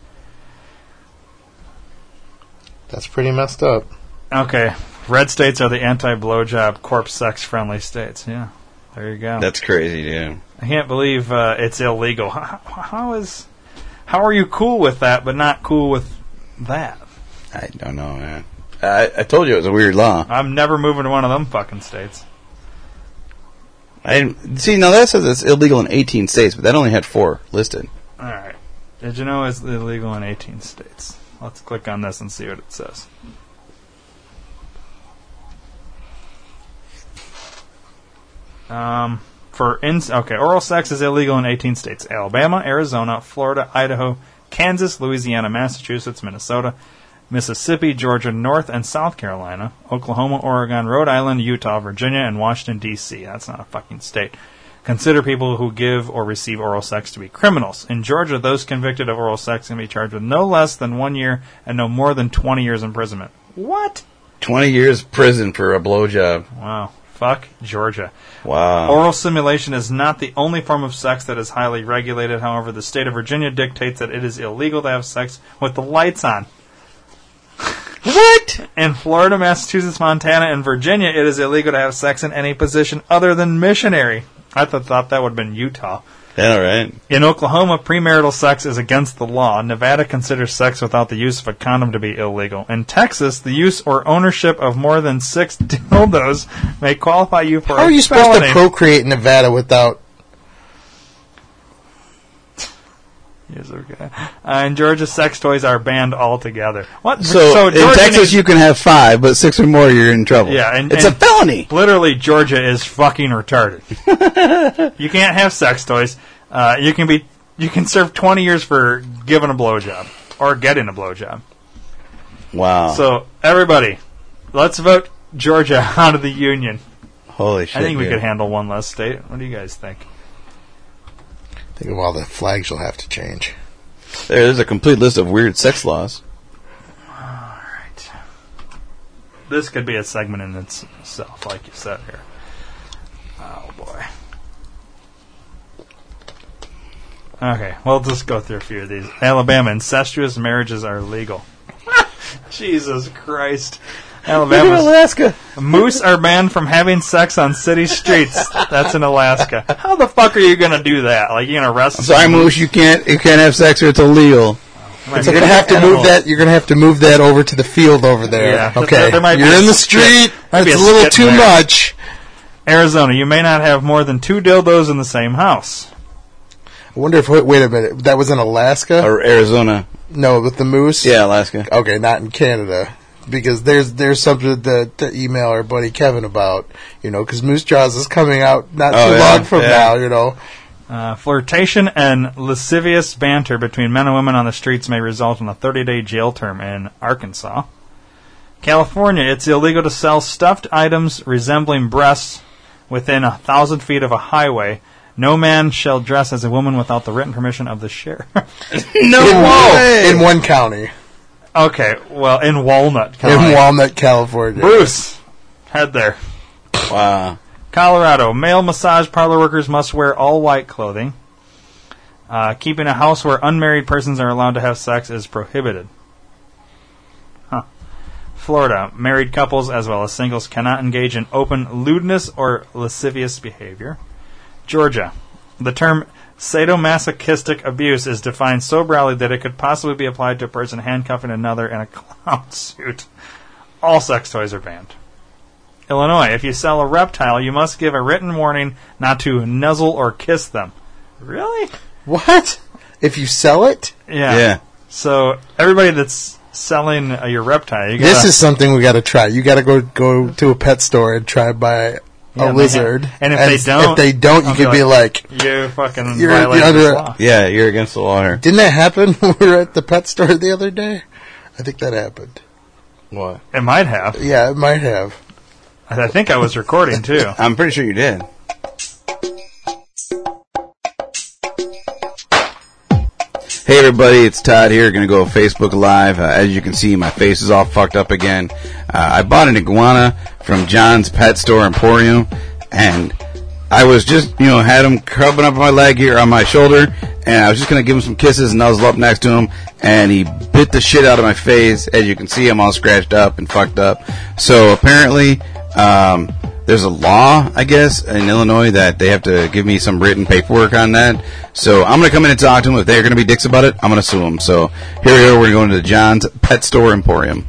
Speaker 3: That's pretty messed up.
Speaker 1: Okay. Red states are the anti blowjob, corpse sex friendly states. Yeah. There you go.
Speaker 2: That's crazy, dude.
Speaker 1: I can't believe uh, it's illegal. How, how is. How are you cool with that, but not cool with that?
Speaker 2: I don't know, man. I, I told you it was a weird law.
Speaker 1: I'm never moving to one of them fucking states.
Speaker 2: I didn't, see now that says it's illegal in 18 states, but that only had four listed.
Speaker 1: Alright. Did you know it's illegal in 18 states? Let's click on this and see what it says. Um, for in- okay, oral sex is illegal in 18 states: Alabama, Arizona, Florida, Idaho, Kansas, Louisiana, Massachusetts, Minnesota, Mississippi, Georgia, North and South Carolina, Oklahoma, Oregon, Rhode Island, Utah, Virginia, and Washington D.C. That's not a fucking state. Consider people who give or receive oral sex to be criminals. In Georgia, those convicted of oral sex can be charged with no less than one year and no more than 20 years imprisonment. What?
Speaker 2: 20 years prison for a blowjob.
Speaker 1: Wow. Fuck Georgia.
Speaker 2: Wow.
Speaker 1: Oral simulation is not the only form of sex that is highly regulated. However, the state of Virginia dictates that it is illegal to have sex with the lights on. What? In Florida, Massachusetts, Montana, and Virginia, it is illegal to have sex in any position other than missionary. I th- thought that would have been Utah.
Speaker 2: yeah, all right.
Speaker 1: In Oklahoma, premarital sex is against the law. Nevada considers sex without the use of a condom to be illegal. In Texas, the use or ownership of more than six dildos may qualify you for.
Speaker 3: How are you supposed to
Speaker 1: felony.
Speaker 3: procreate in Nevada without?
Speaker 1: Yes, okay. Uh, in Georgia, sex toys are banned altogether. What?
Speaker 2: So, in
Speaker 1: Georgia
Speaker 2: Texas,
Speaker 1: needs-
Speaker 2: you can have five, but six or more, you're in trouble.
Speaker 1: Yeah, and-
Speaker 2: it's
Speaker 1: and-
Speaker 2: a felony.
Speaker 1: literally Georgia is fucking retarded. you can't have sex toys. Uh, you can be you can serve twenty years for giving a blowjob or getting a blowjob.
Speaker 2: Wow.
Speaker 1: So everybody, let's vote Georgia out of the union.
Speaker 2: Holy shit.
Speaker 1: I think we
Speaker 2: dude.
Speaker 1: could handle one less state. What do you guys think?
Speaker 3: Think of all the flags you'll have to change.
Speaker 2: There- There's a complete list of weird sex laws.
Speaker 1: This could be a segment in its- itself, like you said here. Oh boy. Okay, we'll just go through a few of these. Alabama, incestuous marriages are legal. Jesus Christ. Alabama,
Speaker 2: Alaska.
Speaker 1: moose are banned from having sex on city streets. That's in Alaska. How the fuck are you gonna do that? Like, you gonna arrest?
Speaker 2: Sorry, Moose, you can't you can't have sex or it's illegal.
Speaker 1: Might
Speaker 3: You're
Speaker 1: be-
Speaker 3: gonna have to move
Speaker 1: Animals.
Speaker 3: that. You're gonna have to move that over to the field over there.
Speaker 1: Yeah. There-
Speaker 3: Okay.
Speaker 1: there might be
Speaker 3: you're
Speaker 1: a
Speaker 3: in the
Speaker 1: skit.
Speaker 3: street.
Speaker 1: Might be
Speaker 3: It's
Speaker 1: a
Speaker 3: a little
Speaker 1: skit
Speaker 3: too
Speaker 1: there.
Speaker 3: much.
Speaker 1: Arizona, you may not have more than two dildos in the same house.
Speaker 3: I wonder if. Wait, wait a minute. That was in Alaska.
Speaker 2: Or Arizona.
Speaker 3: No, with the moose.
Speaker 2: Yeah, Alaska.
Speaker 3: Okay, not in Canada. Because there's there's something to, to email our buddy Kevin about, you know, because Moose Jaws is coming out not
Speaker 2: Oh,
Speaker 3: too
Speaker 2: yeah,
Speaker 3: long from
Speaker 2: yeah.
Speaker 3: now, you know.
Speaker 1: Uh, flirtation and lascivious banter between men and women on the streets may result in a 30 day jail term in Arkansas. California, it's illegal to sell stuffed items resembling breasts within a thousand feet of a highway. No man shall dress as a woman without the written permission of the sheriff.
Speaker 2: No
Speaker 3: In,
Speaker 2: way.
Speaker 3: in one county,
Speaker 1: okay, well, in Walnut County.
Speaker 3: in Walnut, California.
Speaker 1: Bruce, head there.
Speaker 2: Wow.
Speaker 1: Colorado, male massage parlor workers must wear all white clothing. Uh, keeping a house where unmarried persons are allowed to have sex is prohibited. Huh. Florida, married couples as well as singles cannot engage in open lewdness or lascivious behavior. Georgia, the term sadomasochistic abuse is defined so broadly that it could possibly be applied to a person handcuffing another in a clown suit. All sex toys are banned. Illinois, if you sell a reptile, you must give a written warning not to nuzzle or kiss them. Really?
Speaker 3: What? If you sell it,
Speaker 1: Yeah.
Speaker 2: Yeah.
Speaker 1: So everybody that's selling uh, your reptile, you gotta,
Speaker 3: this is something we got to try. You got to go go to a pet store and try to buy
Speaker 1: Yeah,
Speaker 3: a
Speaker 1: and they
Speaker 3: lizard.
Speaker 1: have- and if they don't,
Speaker 3: if they don't,
Speaker 1: I'll
Speaker 3: you
Speaker 1: be
Speaker 3: could be like,
Speaker 1: you fucking
Speaker 3: You're-
Speaker 1: violated
Speaker 3: you're
Speaker 1: this
Speaker 3: under-
Speaker 1: law.
Speaker 2: Yeah, you're against the law here.
Speaker 3: didn't that happen when we were at the pet store the other day? I think that happened.
Speaker 2: What?
Speaker 1: It might have.
Speaker 3: Yeah, it might have.
Speaker 1: I think I was recording too.
Speaker 2: I'm pretty sure you did. Hey everybody, it's Todd here. Gonna go Facebook Live. Uh, as you can see, my face is all fucked up again. Uh, I bought an iguana from John's Pet Store Emporium, and I was just, you know, had him curling up on my leg here on my shoulder, and I was just gonna give him some kisses and nuzzle up next to him, and he bit the shit out of my face. As you can see, I'm all scratched up and fucked up. So apparently, um, there's a law, I guess, in Illinois that they have to give me some written paperwork on that. So I'm going to come in and talk to them. If they're going to be dicks about it, I'm going to sue them. So here we go. We're going to John's Pet Store Emporium.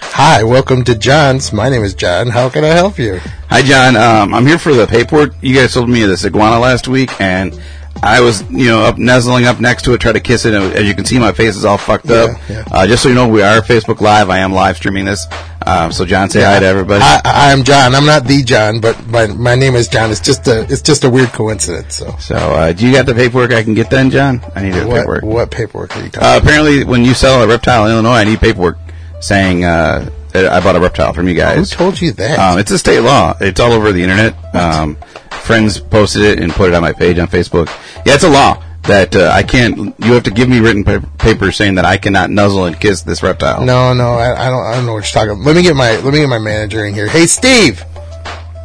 Speaker 3: Hi, welcome to John's. My name is John. How can I help you?
Speaker 2: Hi, John. Um, I'm here for the paperwork. You guys sold me this iguana last week, and I was, you know, up nuzzling up next to it, try to kiss it. And as you can see, my face is all fucked up.
Speaker 3: yeah.
Speaker 2: Uh, just so you know, we are Facebook Live. I am live streaming this. Um, so John, say hi to everybody.
Speaker 3: I, I am John. I'm not the John, but my my name is John. It's just a it's just a weird coincidence. So
Speaker 2: So, uh, do you got the paperwork I can get then, John? I need the
Speaker 3: what
Speaker 2: paperwork.
Speaker 3: what paperwork are you talking?
Speaker 2: Uh, apparently, when you sell a reptile in Illinois, I need paperwork saying uh, that I bought a reptile from you
Speaker 3: about? Who
Speaker 2: guys.
Speaker 3: told you that?
Speaker 2: Um, it's a state law. It's all over the internet. Um, friends posted it and put it on my page on Facebook. Yeah, it's a law that uh, I can't. You have to give me written pa- paper saying that I cannot nuzzle and kiss this reptile.
Speaker 3: no, no, I, I don't. I don't know what you're talking. about. Let me get my let me get my manager in here. Hey, Steve.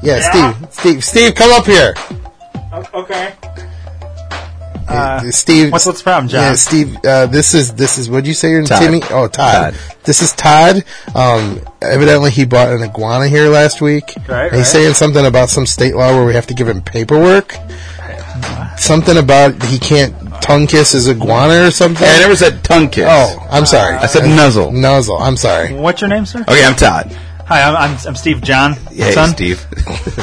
Speaker 3: Yeah, Steve. Steve. Steve, come up here.
Speaker 1: Oh, okay.
Speaker 3: Uh, Steve.
Speaker 1: What's what's the problem, John?
Speaker 3: Yeah, Steve. Uh, this is this is. What'd you say? Your
Speaker 2: Todd.
Speaker 3: Timmy? Oh, Todd.
Speaker 2: Todd.
Speaker 3: This is Todd. Um, evidently he bought an iguana here last week.
Speaker 1: Right,
Speaker 3: And
Speaker 1: right.
Speaker 3: He's saying something about some state law where we have to give him paperwork. Something about he can't tongue kiss his iguana or something.
Speaker 2: Hey, I never said tongue kiss.
Speaker 3: oh, I'm sorry.
Speaker 2: I said nuzzle.
Speaker 3: Nuzzle. I'm sorry.
Speaker 1: What's your name, sir?
Speaker 2: Okay, I'm Todd.
Speaker 1: Hi, I'm, I'm, I'm Steve John.
Speaker 2: Hey,
Speaker 1: son.
Speaker 2: Uh, Steve.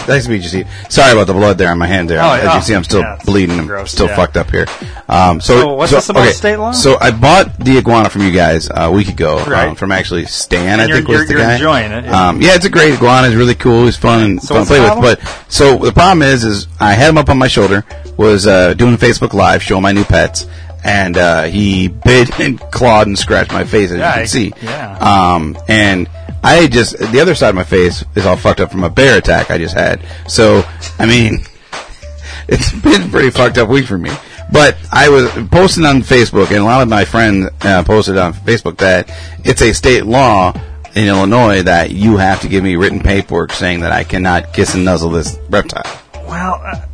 Speaker 2: nice to meet you, Steve. Sorry about the blood there on my hand there.
Speaker 1: Oh,
Speaker 2: As
Speaker 1: oh,
Speaker 2: you see, I'm still
Speaker 1: yeah, it's
Speaker 2: bleeding. I'm
Speaker 1: gross,
Speaker 2: still
Speaker 1: yeah.
Speaker 2: fucked up here. Um, so,
Speaker 1: So what's this about state law?
Speaker 2: So I bought the iguana from you guys uh, a week ago um,
Speaker 1: Right.
Speaker 2: from actually Stan. I
Speaker 1: you're-
Speaker 2: think was
Speaker 1: you're-
Speaker 2: the
Speaker 1: you're
Speaker 2: guy.
Speaker 1: enjoying it, yeah.
Speaker 2: Um, yeah, it's a great iguana. It's really cool. It's fun and
Speaker 1: So
Speaker 2: fun to
Speaker 1: what's the
Speaker 2: play with.
Speaker 1: problem?
Speaker 2: But so the problem is, is I had him up on my shoulder, was uh, doing Facebook Live, showing my new pets, and uh, he bit and clawed and scratched my face, as
Speaker 1: Yeah,
Speaker 2: you
Speaker 1: I-
Speaker 2: can see.
Speaker 1: yeah.
Speaker 2: Um, and I just the other side of my face is all fucked up from a bear attack I just had. So I mean, it's been a pretty fucked up week for me. But I was posting on Facebook, and a lot of my friends uh, posted on Facebook that it's a state law in Illinois that you have to give me written paperwork saying that I cannot kiss and nuzzle this reptile.
Speaker 1: Well, uh,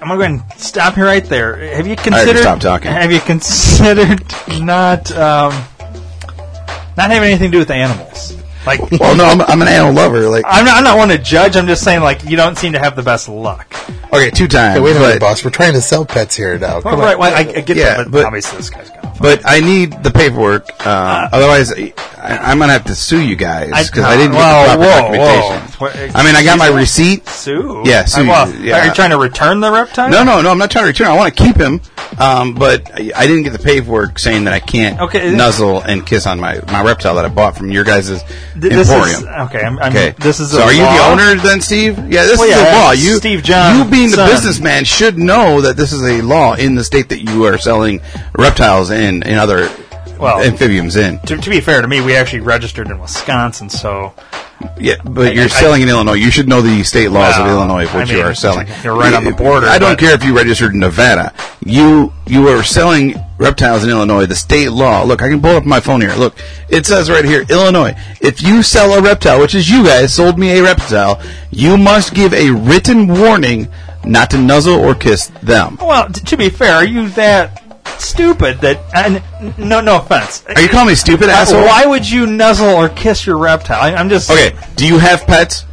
Speaker 1: I'm gonna go ahead and stop you right there. Have you considered?
Speaker 2: stop talking.
Speaker 1: Have you considered not um, not having anything to do with animals? Like,
Speaker 2: Well, no, I'm, I'm an animal lover. Like,
Speaker 1: I'm not, I'm not one to judge. I'm just saying, like, you don't seem to have the best luck.
Speaker 2: okay, two times.
Speaker 3: Hey, wait a
Speaker 2: but-
Speaker 3: minute, boss. We're trying to sell pets here now.
Speaker 1: Well,
Speaker 3: Come on.
Speaker 1: right, well, I, I get
Speaker 2: Yeah,
Speaker 1: that, but,
Speaker 2: but-
Speaker 1: obviously this guy's got.
Speaker 2: But I need the paperwork. Uh, otherwise, I, I'm gonna have to sue you guys because I, didn't
Speaker 1: well,
Speaker 2: get the proper
Speaker 1: whoa,
Speaker 2: documentation.
Speaker 1: whoa. What- eh,
Speaker 2: I mean, I got my
Speaker 1: sue?
Speaker 2: receipt.
Speaker 1: Sue?
Speaker 2: Yeah, sue,
Speaker 1: Uh, well,
Speaker 2: yeah.
Speaker 1: Are you trying to return the reptile?
Speaker 2: No, no, no. I'm not trying to return. I want to keep him. Um, Um, but I I didn't get the paperwork saying that I can't
Speaker 1: Okay.
Speaker 2: nuzzle and kiss on my, my reptile that I bought from your guys'
Speaker 1: Th- this
Speaker 2: emporium.
Speaker 1: is okay. I'm, I'm,
Speaker 2: Okay.
Speaker 1: This is.
Speaker 2: so.
Speaker 1: a
Speaker 2: are you
Speaker 1: law.
Speaker 2: the owner then, Steve? Yeah, this
Speaker 1: Well,
Speaker 2: is
Speaker 1: yeah,
Speaker 2: a law.
Speaker 1: it's
Speaker 2: You,
Speaker 1: Steve John
Speaker 2: you being the
Speaker 1: son.
Speaker 2: businessman, should know that this is a law in the state that you are selling reptiles in and other
Speaker 1: Well-
Speaker 2: amphibians in.
Speaker 1: To, to be fair to me, we actually registered in Wisconsin, so
Speaker 2: Yeah, but
Speaker 1: I-
Speaker 2: you're
Speaker 1: I-
Speaker 2: selling in Illinois. You should know the state laws of
Speaker 1: Well,
Speaker 2: Illinois of
Speaker 1: I
Speaker 2: which you
Speaker 1: mean,
Speaker 2: are selling.
Speaker 1: you're right on the border,
Speaker 2: I don't
Speaker 1: but-
Speaker 2: care if you registered in Nevada. You you are selling reptiles in Illinois. The state law. Look, I can pull up my phone here. Look, it says right here, Illinois. If you sell a reptile, which is you guys sold me a reptile, you must give a written warning not to nuzzle or kiss them.
Speaker 1: Well, t- to be fair, are you that stupid that? And n- no, no offense.
Speaker 2: Are you calling me stupid,
Speaker 1: Uh,
Speaker 2: asshole?
Speaker 1: Why would you nuzzle or kiss your reptile? I, I'm just
Speaker 2: Okay. Do you have pets?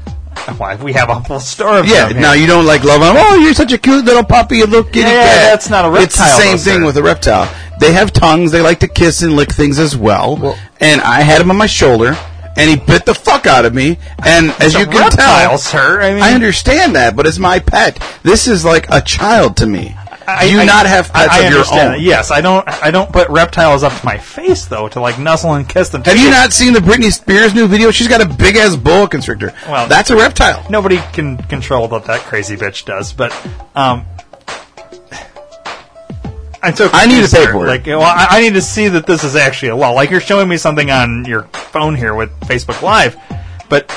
Speaker 1: Why we have a whole store of
Speaker 2: Yeah,
Speaker 1: them here.
Speaker 2: now you don't like love on. Oh, you're such a cute little puppy, you little kitty
Speaker 1: Yeah, yeah,
Speaker 2: cat.
Speaker 1: that's not a
Speaker 2: It's the
Speaker 1: reptile,
Speaker 2: same
Speaker 1: though,
Speaker 2: thing
Speaker 1: sir.
Speaker 2: with a reptile. They have tongues. They like to kiss and lick things as well. and I had him on my shoulder, and he bit the fuck out of me. And as
Speaker 1: It's a
Speaker 2: you can
Speaker 1: reptile,
Speaker 2: tell,
Speaker 1: sir. I mean,
Speaker 2: I understand that, but it's my pet. This is like a child to me.
Speaker 1: I-
Speaker 2: you
Speaker 1: I-
Speaker 2: not have pets
Speaker 1: I
Speaker 2: of your
Speaker 1: understand
Speaker 2: own.
Speaker 1: that. Yes, I don't. I don't put reptiles up to my face though to like nuzzle and kiss them.
Speaker 2: Have you not seen the Britney Spears new video? She's got a big ass boa constrictor.
Speaker 1: Well-
Speaker 2: that's a reptile.
Speaker 1: Nobody can control what that crazy bitch does, but um. I'm so
Speaker 2: I need
Speaker 1: confused
Speaker 2: to pay
Speaker 1: here.
Speaker 2: for it.
Speaker 1: Like, well, I, I need to see that this is actually a law. Like, you're showing me something on your phone here with Facebook Live, but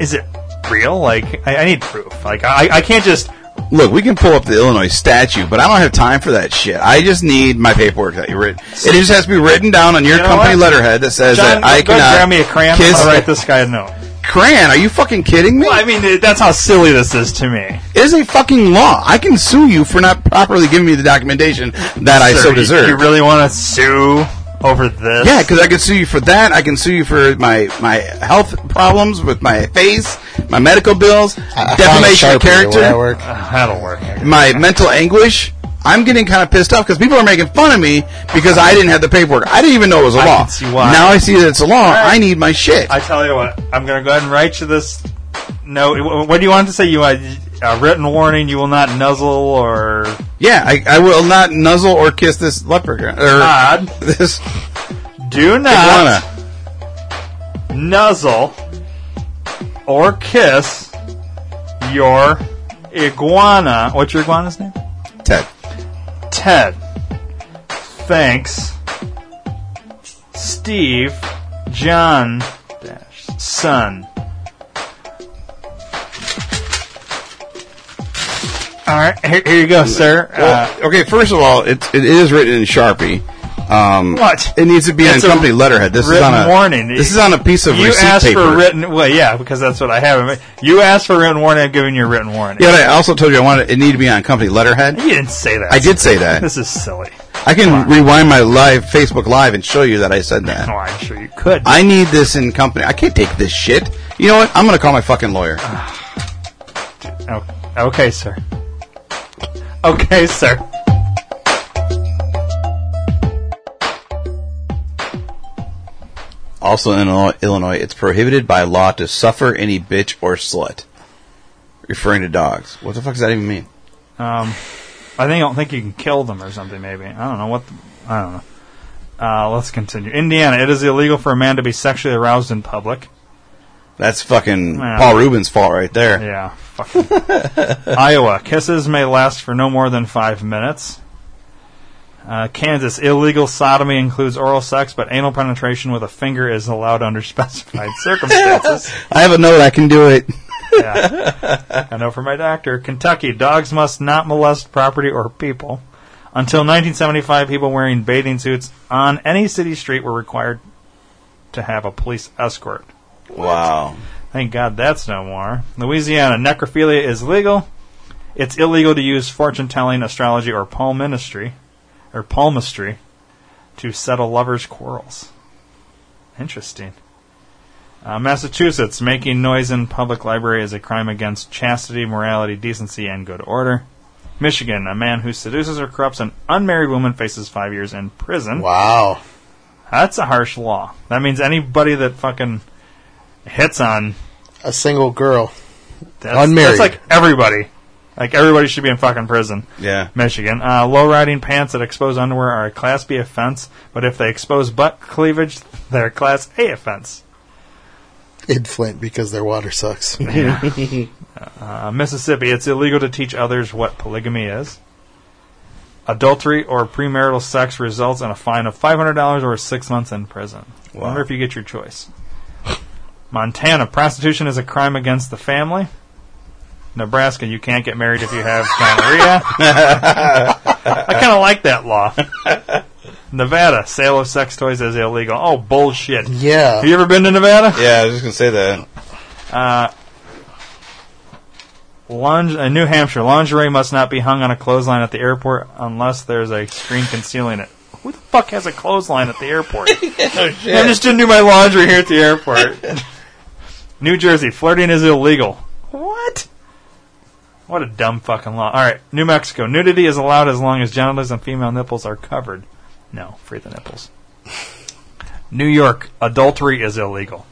Speaker 1: is it real? Like, I, I need proof. Like, I, I can't just
Speaker 2: Look, we can pull up the Illinois statute, but I don't have time for that shit. I just need my paperwork that you written. It just has to be written down on your
Speaker 1: You know
Speaker 2: company
Speaker 1: what?
Speaker 2: letterhead that says
Speaker 1: John,
Speaker 2: that I
Speaker 1: go
Speaker 2: cannot
Speaker 1: grab me a crayon.
Speaker 2: kiss
Speaker 1: I'll write this guy a note.
Speaker 2: crayon. Are you fucking kidding me?
Speaker 1: Well, I mean, th- that's how silly this is to me.
Speaker 2: it is a fucking law. I can sue you for not properly giving me the documentation that I
Speaker 1: Sir,
Speaker 2: so
Speaker 1: you-
Speaker 2: deserve.
Speaker 1: You, really want to sue over this?
Speaker 2: yeah, because I can sue you for that. I can sue you for my my health problems with my face, my medical bills,
Speaker 3: I- I found a
Speaker 2: defamation of
Speaker 3: Sharpie
Speaker 2: character.
Speaker 3: where I work.
Speaker 1: Uh, that'll work.
Speaker 2: my mental anguish. I'm getting kind of pissed off because people are making fun of me because I didn't have the paperwork. I didn't even know it was a
Speaker 1: I
Speaker 2: law.
Speaker 1: can see why.
Speaker 2: Now I see that it's a law. I need my shit.
Speaker 1: I tell you what, I'm going to go ahead and write you this note. Wh- What do you want to say? You want a written warning? You will not nuzzle or
Speaker 2: yeah, I, I will not nuzzle or kiss this leprechaun or
Speaker 1: nod.
Speaker 2: this
Speaker 1: Do
Speaker 2: iguana.
Speaker 1: not nuzzle or kiss your iguana. What's your iguana's name?
Speaker 2: Ted,
Speaker 1: Ted. Thanks. Steve. John. Dash. Son. All right, here, here you go, sir. Uh,
Speaker 2: Well, okay, first of all, it, it is written in Sharpie. Um,
Speaker 1: What?
Speaker 2: It needs to be on
Speaker 1: It's a
Speaker 2: company letterhead. This is
Speaker 1: written
Speaker 2: on a
Speaker 1: warning.
Speaker 2: This is on a piece of
Speaker 1: you
Speaker 2: receipt
Speaker 1: asked
Speaker 2: paper.
Speaker 1: for written. Well, yeah, because that's what I have. You asked for written warning. I'm giving you a written warning.
Speaker 2: yeah, but I also told you I wanted it needed to be on company letterhead.
Speaker 1: You didn't say that.
Speaker 2: I did say that.
Speaker 1: This is silly.
Speaker 2: I can rewind my live Facebook live and show you that I said that.
Speaker 1: Oh, I'm sure you could.
Speaker 2: I need this in company. I can't take this shit. You know what? I'm gonna call my fucking lawyer.
Speaker 1: Oh, okay, sir. Okay, sir.
Speaker 2: Also in Illinois, Illinois, it's prohibited by law to suffer any bitch or slut. Referring to dogs. What the fuck does that even mean?
Speaker 1: Um, I think I don't think you can kill them or something. Maybe I don't know what. The, I don't know. Uh, let's continue. Indiana, it is illegal for a man to be sexually aroused in public.
Speaker 2: That's fucking
Speaker 1: Yeah.
Speaker 2: Paul Rubin's fault right there.
Speaker 1: Yeah, fucking. Iowa, kisses may last for no more than five minutes. Uh, Kansas, illegal sodomy includes oral sex, but anal penetration with a finger is allowed under specified circumstances.
Speaker 2: I have a note. I can do it.
Speaker 1: yeah. I know from my doctor. Kentucky, dogs must not molest property or people. Until 1975, people wearing bathing suits on any city street were required to have a police escort.
Speaker 2: Wow.
Speaker 1: Thank God that's no more. Louisiana, necrophilia is legal. It's illegal to use fortune telling, astrology, or palmistry, or palmistry, to settle lovers' quarrels. Interesting. Uh, Massachusetts, making noise in public library is a crime against chastity, morality, decency, and good order. Michigan, a man who seduces or corrupts an unmarried woman faces five years in prison.
Speaker 3: Wow.
Speaker 1: That's a harsh law. That means anybody that fucking hits on
Speaker 3: A single girl.
Speaker 1: that's,
Speaker 3: Unmarried.
Speaker 1: That's like everybody. Like everybody should be in fucking prison.
Speaker 2: Yeah.
Speaker 1: Michigan. Uh, low riding pants that expose underwear are a Class B offense, but if they expose butt cleavage, they're a Class A offense.
Speaker 3: in Flint because their water sucks.
Speaker 1: Uh, Mississippi, it's illegal to teach others what polygamy is. Adultery or premarital sex results in a fine of $500 or six months in prison.
Speaker 2: Wow.
Speaker 1: Wonder if you get your choice. Montana, prostitution is a crime against the family. Nebraska, you can't get married if you have gonorrhea. I kind of like that law. Nevada, sale of sex toys is illegal. Oh, bullshit.
Speaker 3: Yeah.
Speaker 1: Have you ever been to Nevada?
Speaker 2: Yeah, I was just gonna say that.
Speaker 1: Linge- uh, New Hampshire, lingerie must not be hung on a clothesline at the airport unless there's a screen concealing it. Who the fuck has a clothesline at the airport? I just didn't do my laundry here at the airport. New Jersey, flirting is illegal. What? What a dumb fucking law. All right, New Mexico, nudity is allowed as long as genitals and female nipples are covered. No, free the nipples. New York, adultery is illegal.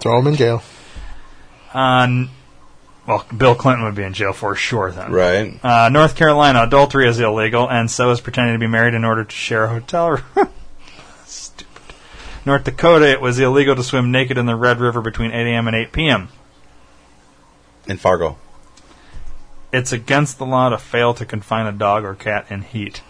Speaker 3: Throw them in jail.
Speaker 1: Uh, n- well, Bill Clinton would be in jail for sure then.
Speaker 2: Right.
Speaker 1: Uh, North Carolina, adultery is illegal, and so is pretending to be married in order to share a hotel room. Stupid. North Dakota, it was illegal to swim naked in the Red River between 8 a.m. and 8 p.m.
Speaker 2: In Fargo.
Speaker 1: It's against the law to fail to confine a dog or cat in heat.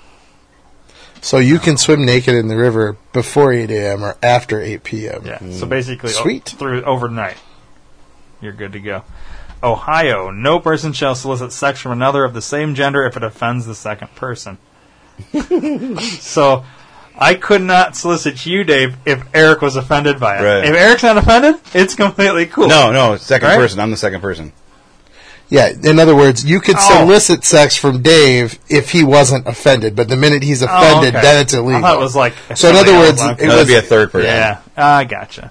Speaker 3: So you can swim naked in the river before 8 a.m. or after 8 p.m.
Speaker 1: Yeah. So basically, o-
Speaker 3: Sweet.
Speaker 1: through overnight, you're good to go. Ohio, no person shall solicit sex from another of the same gender if it offends the second person. so, I could not solicit you, Dave, if Eric was offended by it.
Speaker 2: Right.
Speaker 1: If Eric's not offended, it's completely cool.
Speaker 2: No, no, second
Speaker 1: Right?
Speaker 2: person. I'm the second person.
Speaker 3: Yeah, in other words, you could
Speaker 1: Oh.
Speaker 3: solicit sex from Dave if he wasn't offended, but the minute he's
Speaker 1: Oh,
Speaker 3: offended,
Speaker 1: okay.
Speaker 3: then it's illegal.
Speaker 1: I thought it was like if
Speaker 3: So in
Speaker 1: somebody
Speaker 3: other
Speaker 1: else
Speaker 3: words,
Speaker 1: walked
Speaker 3: it
Speaker 1: in.
Speaker 2: No,
Speaker 3: was-
Speaker 2: that'd be a third person.
Speaker 1: Yeah, I gotcha.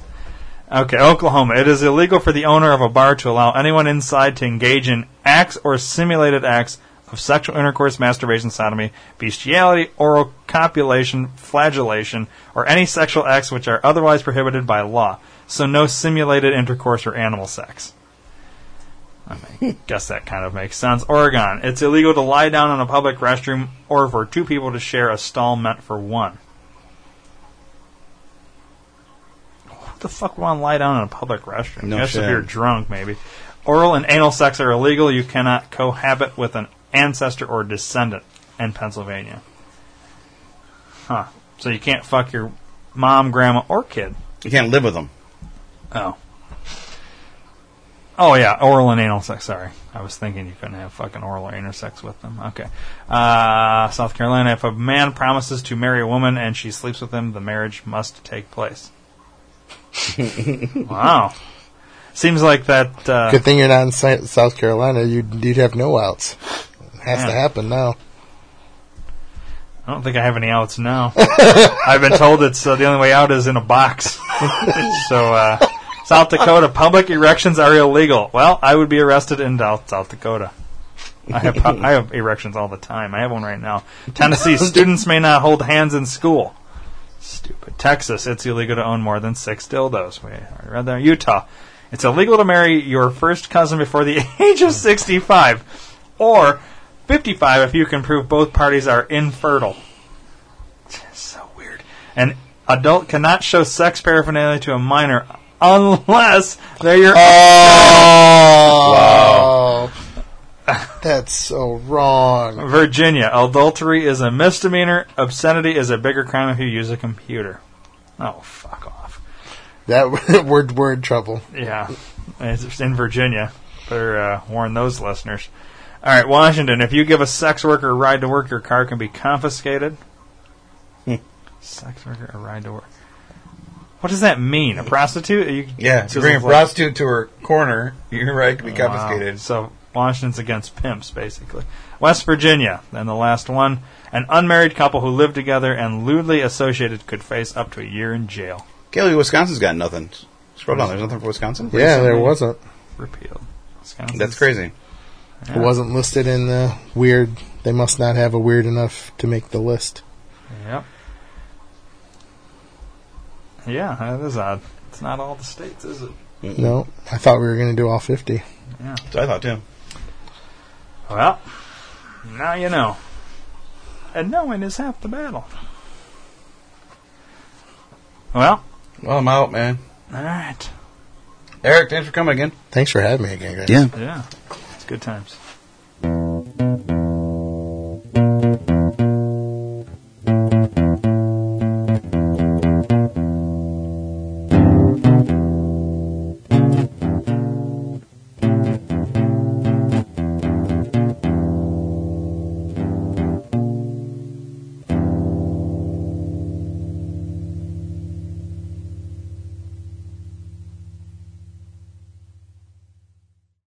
Speaker 1: Okay, Oklahoma. It is illegal for the owner of a bar to allow anyone inside to engage in acts or simulated acts of sexual intercourse, masturbation, sodomy, bestiality, oral copulation, flagellation, or any sexual acts which are otherwise prohibited by law. So no simulated intercourse or animal sex. I guess that kind of makes sense. Oregon. It's illegal to lie down in a public restroom or for two people to share a stall meant for one. Who the fuck would want to lie down in a public restroom?
Speaker 2: No
Speaker 1: I guess if
Speaker 2: shit.
Speaker 1: you're drunk, maybe. Oral and anal sex are illegal. You cannot cohabit with an ancestor or descendant in Pennsylvania. Huh. So you can't fuck your mom, grandma, or kid.
Speaker 2: You can't live with them.
Speaker 1: Oh. Oh yeah, oral and anal sex. Sorry, I was thinking you couldn't have fucking oral or anal sex with them. Okay, uh, South Carolina. If a man promises to marry a woman and she sleeps with him, the marriage must take place. wow, seems like that. Uh,
Speaker 3: Good thing you're not in Si- South Carolina. You'd, you'd have no outs. It has to
Speaker 1: Yeah.
Speaker 3: happen now.
Speaker 1: I don't think I have any outs now. I've been told it's uh, the only way out is in a box. so, uh, South Dakota, public erections are illegal. Well, I would be arrested in Dou- South Dakota. I have pu- I have erections all the time. I have one right now. Tennessee, students may not hold hands in school. Stupid. Texas, it's illegal to own more than six dildos. We already read that. Utah, it's illegal to marry your first cousin before the age of 65 or 55 if you can prove both parties are infertile. so weird. An adult cannot show sex paraphernalia to a minor unless they're your.
Speaker 3: Oh, wow. That's so wrong.
Speaker 1: Virginia, adultery is a misdemeanor. Obscenity is a bigger crime if you use a computer. Oh, fuck off.
Speaker 3: That we're, we're in trouble.
Speaker 1: Yeah, it's in Virginia. Better uh, warn those listeners. All right, Washington. If you give a sex worker a ride to work, your car can be confiscated.
Speaker 2: Hmm.
Speaker 1: sex worker a ride to work. What does that mean? A prostitute? You,
Speaker 2: Yeah. So bring a prostitute to her corner, your right to be
Speaker 1: Wow.
Speaker 2: confiscated.
Speaker 1: So Washington's against pimps, basically. West Virginia, and the last one. An unmarried couple who lived together and lewdly associated could face up to a year in jail.
Speaker 2: Kelly, Wisconsin's got nothing. Scroll down. There's nothing for Wisconsin.
Speaker 3: Yeah, there wasn't.
Speaker 1: Repealed. Wisconsin's-
Speaker 2: That's crazy.
Speaker 3: It wasn't listed in the weird. They must not have a weird enough to make the list.
Speaker 1: Yep. Yeah, that is odd. It's not all the states, is it?
Speaker 3: No, I thought we were going to do all 50.
Speaker 2: So I thought too.
Speaker 1: Well, now you know. And knowing is half the battle. Well,
Speaker 2: Well, I'm out, man.
Speaker 1: all right.
Speaker 2: Eric, thanks for coming again.
Speaker 3: Thanks for having me again, guys.
Speaker 2: Yeah.
Speaker 1: Yeah, it's good times.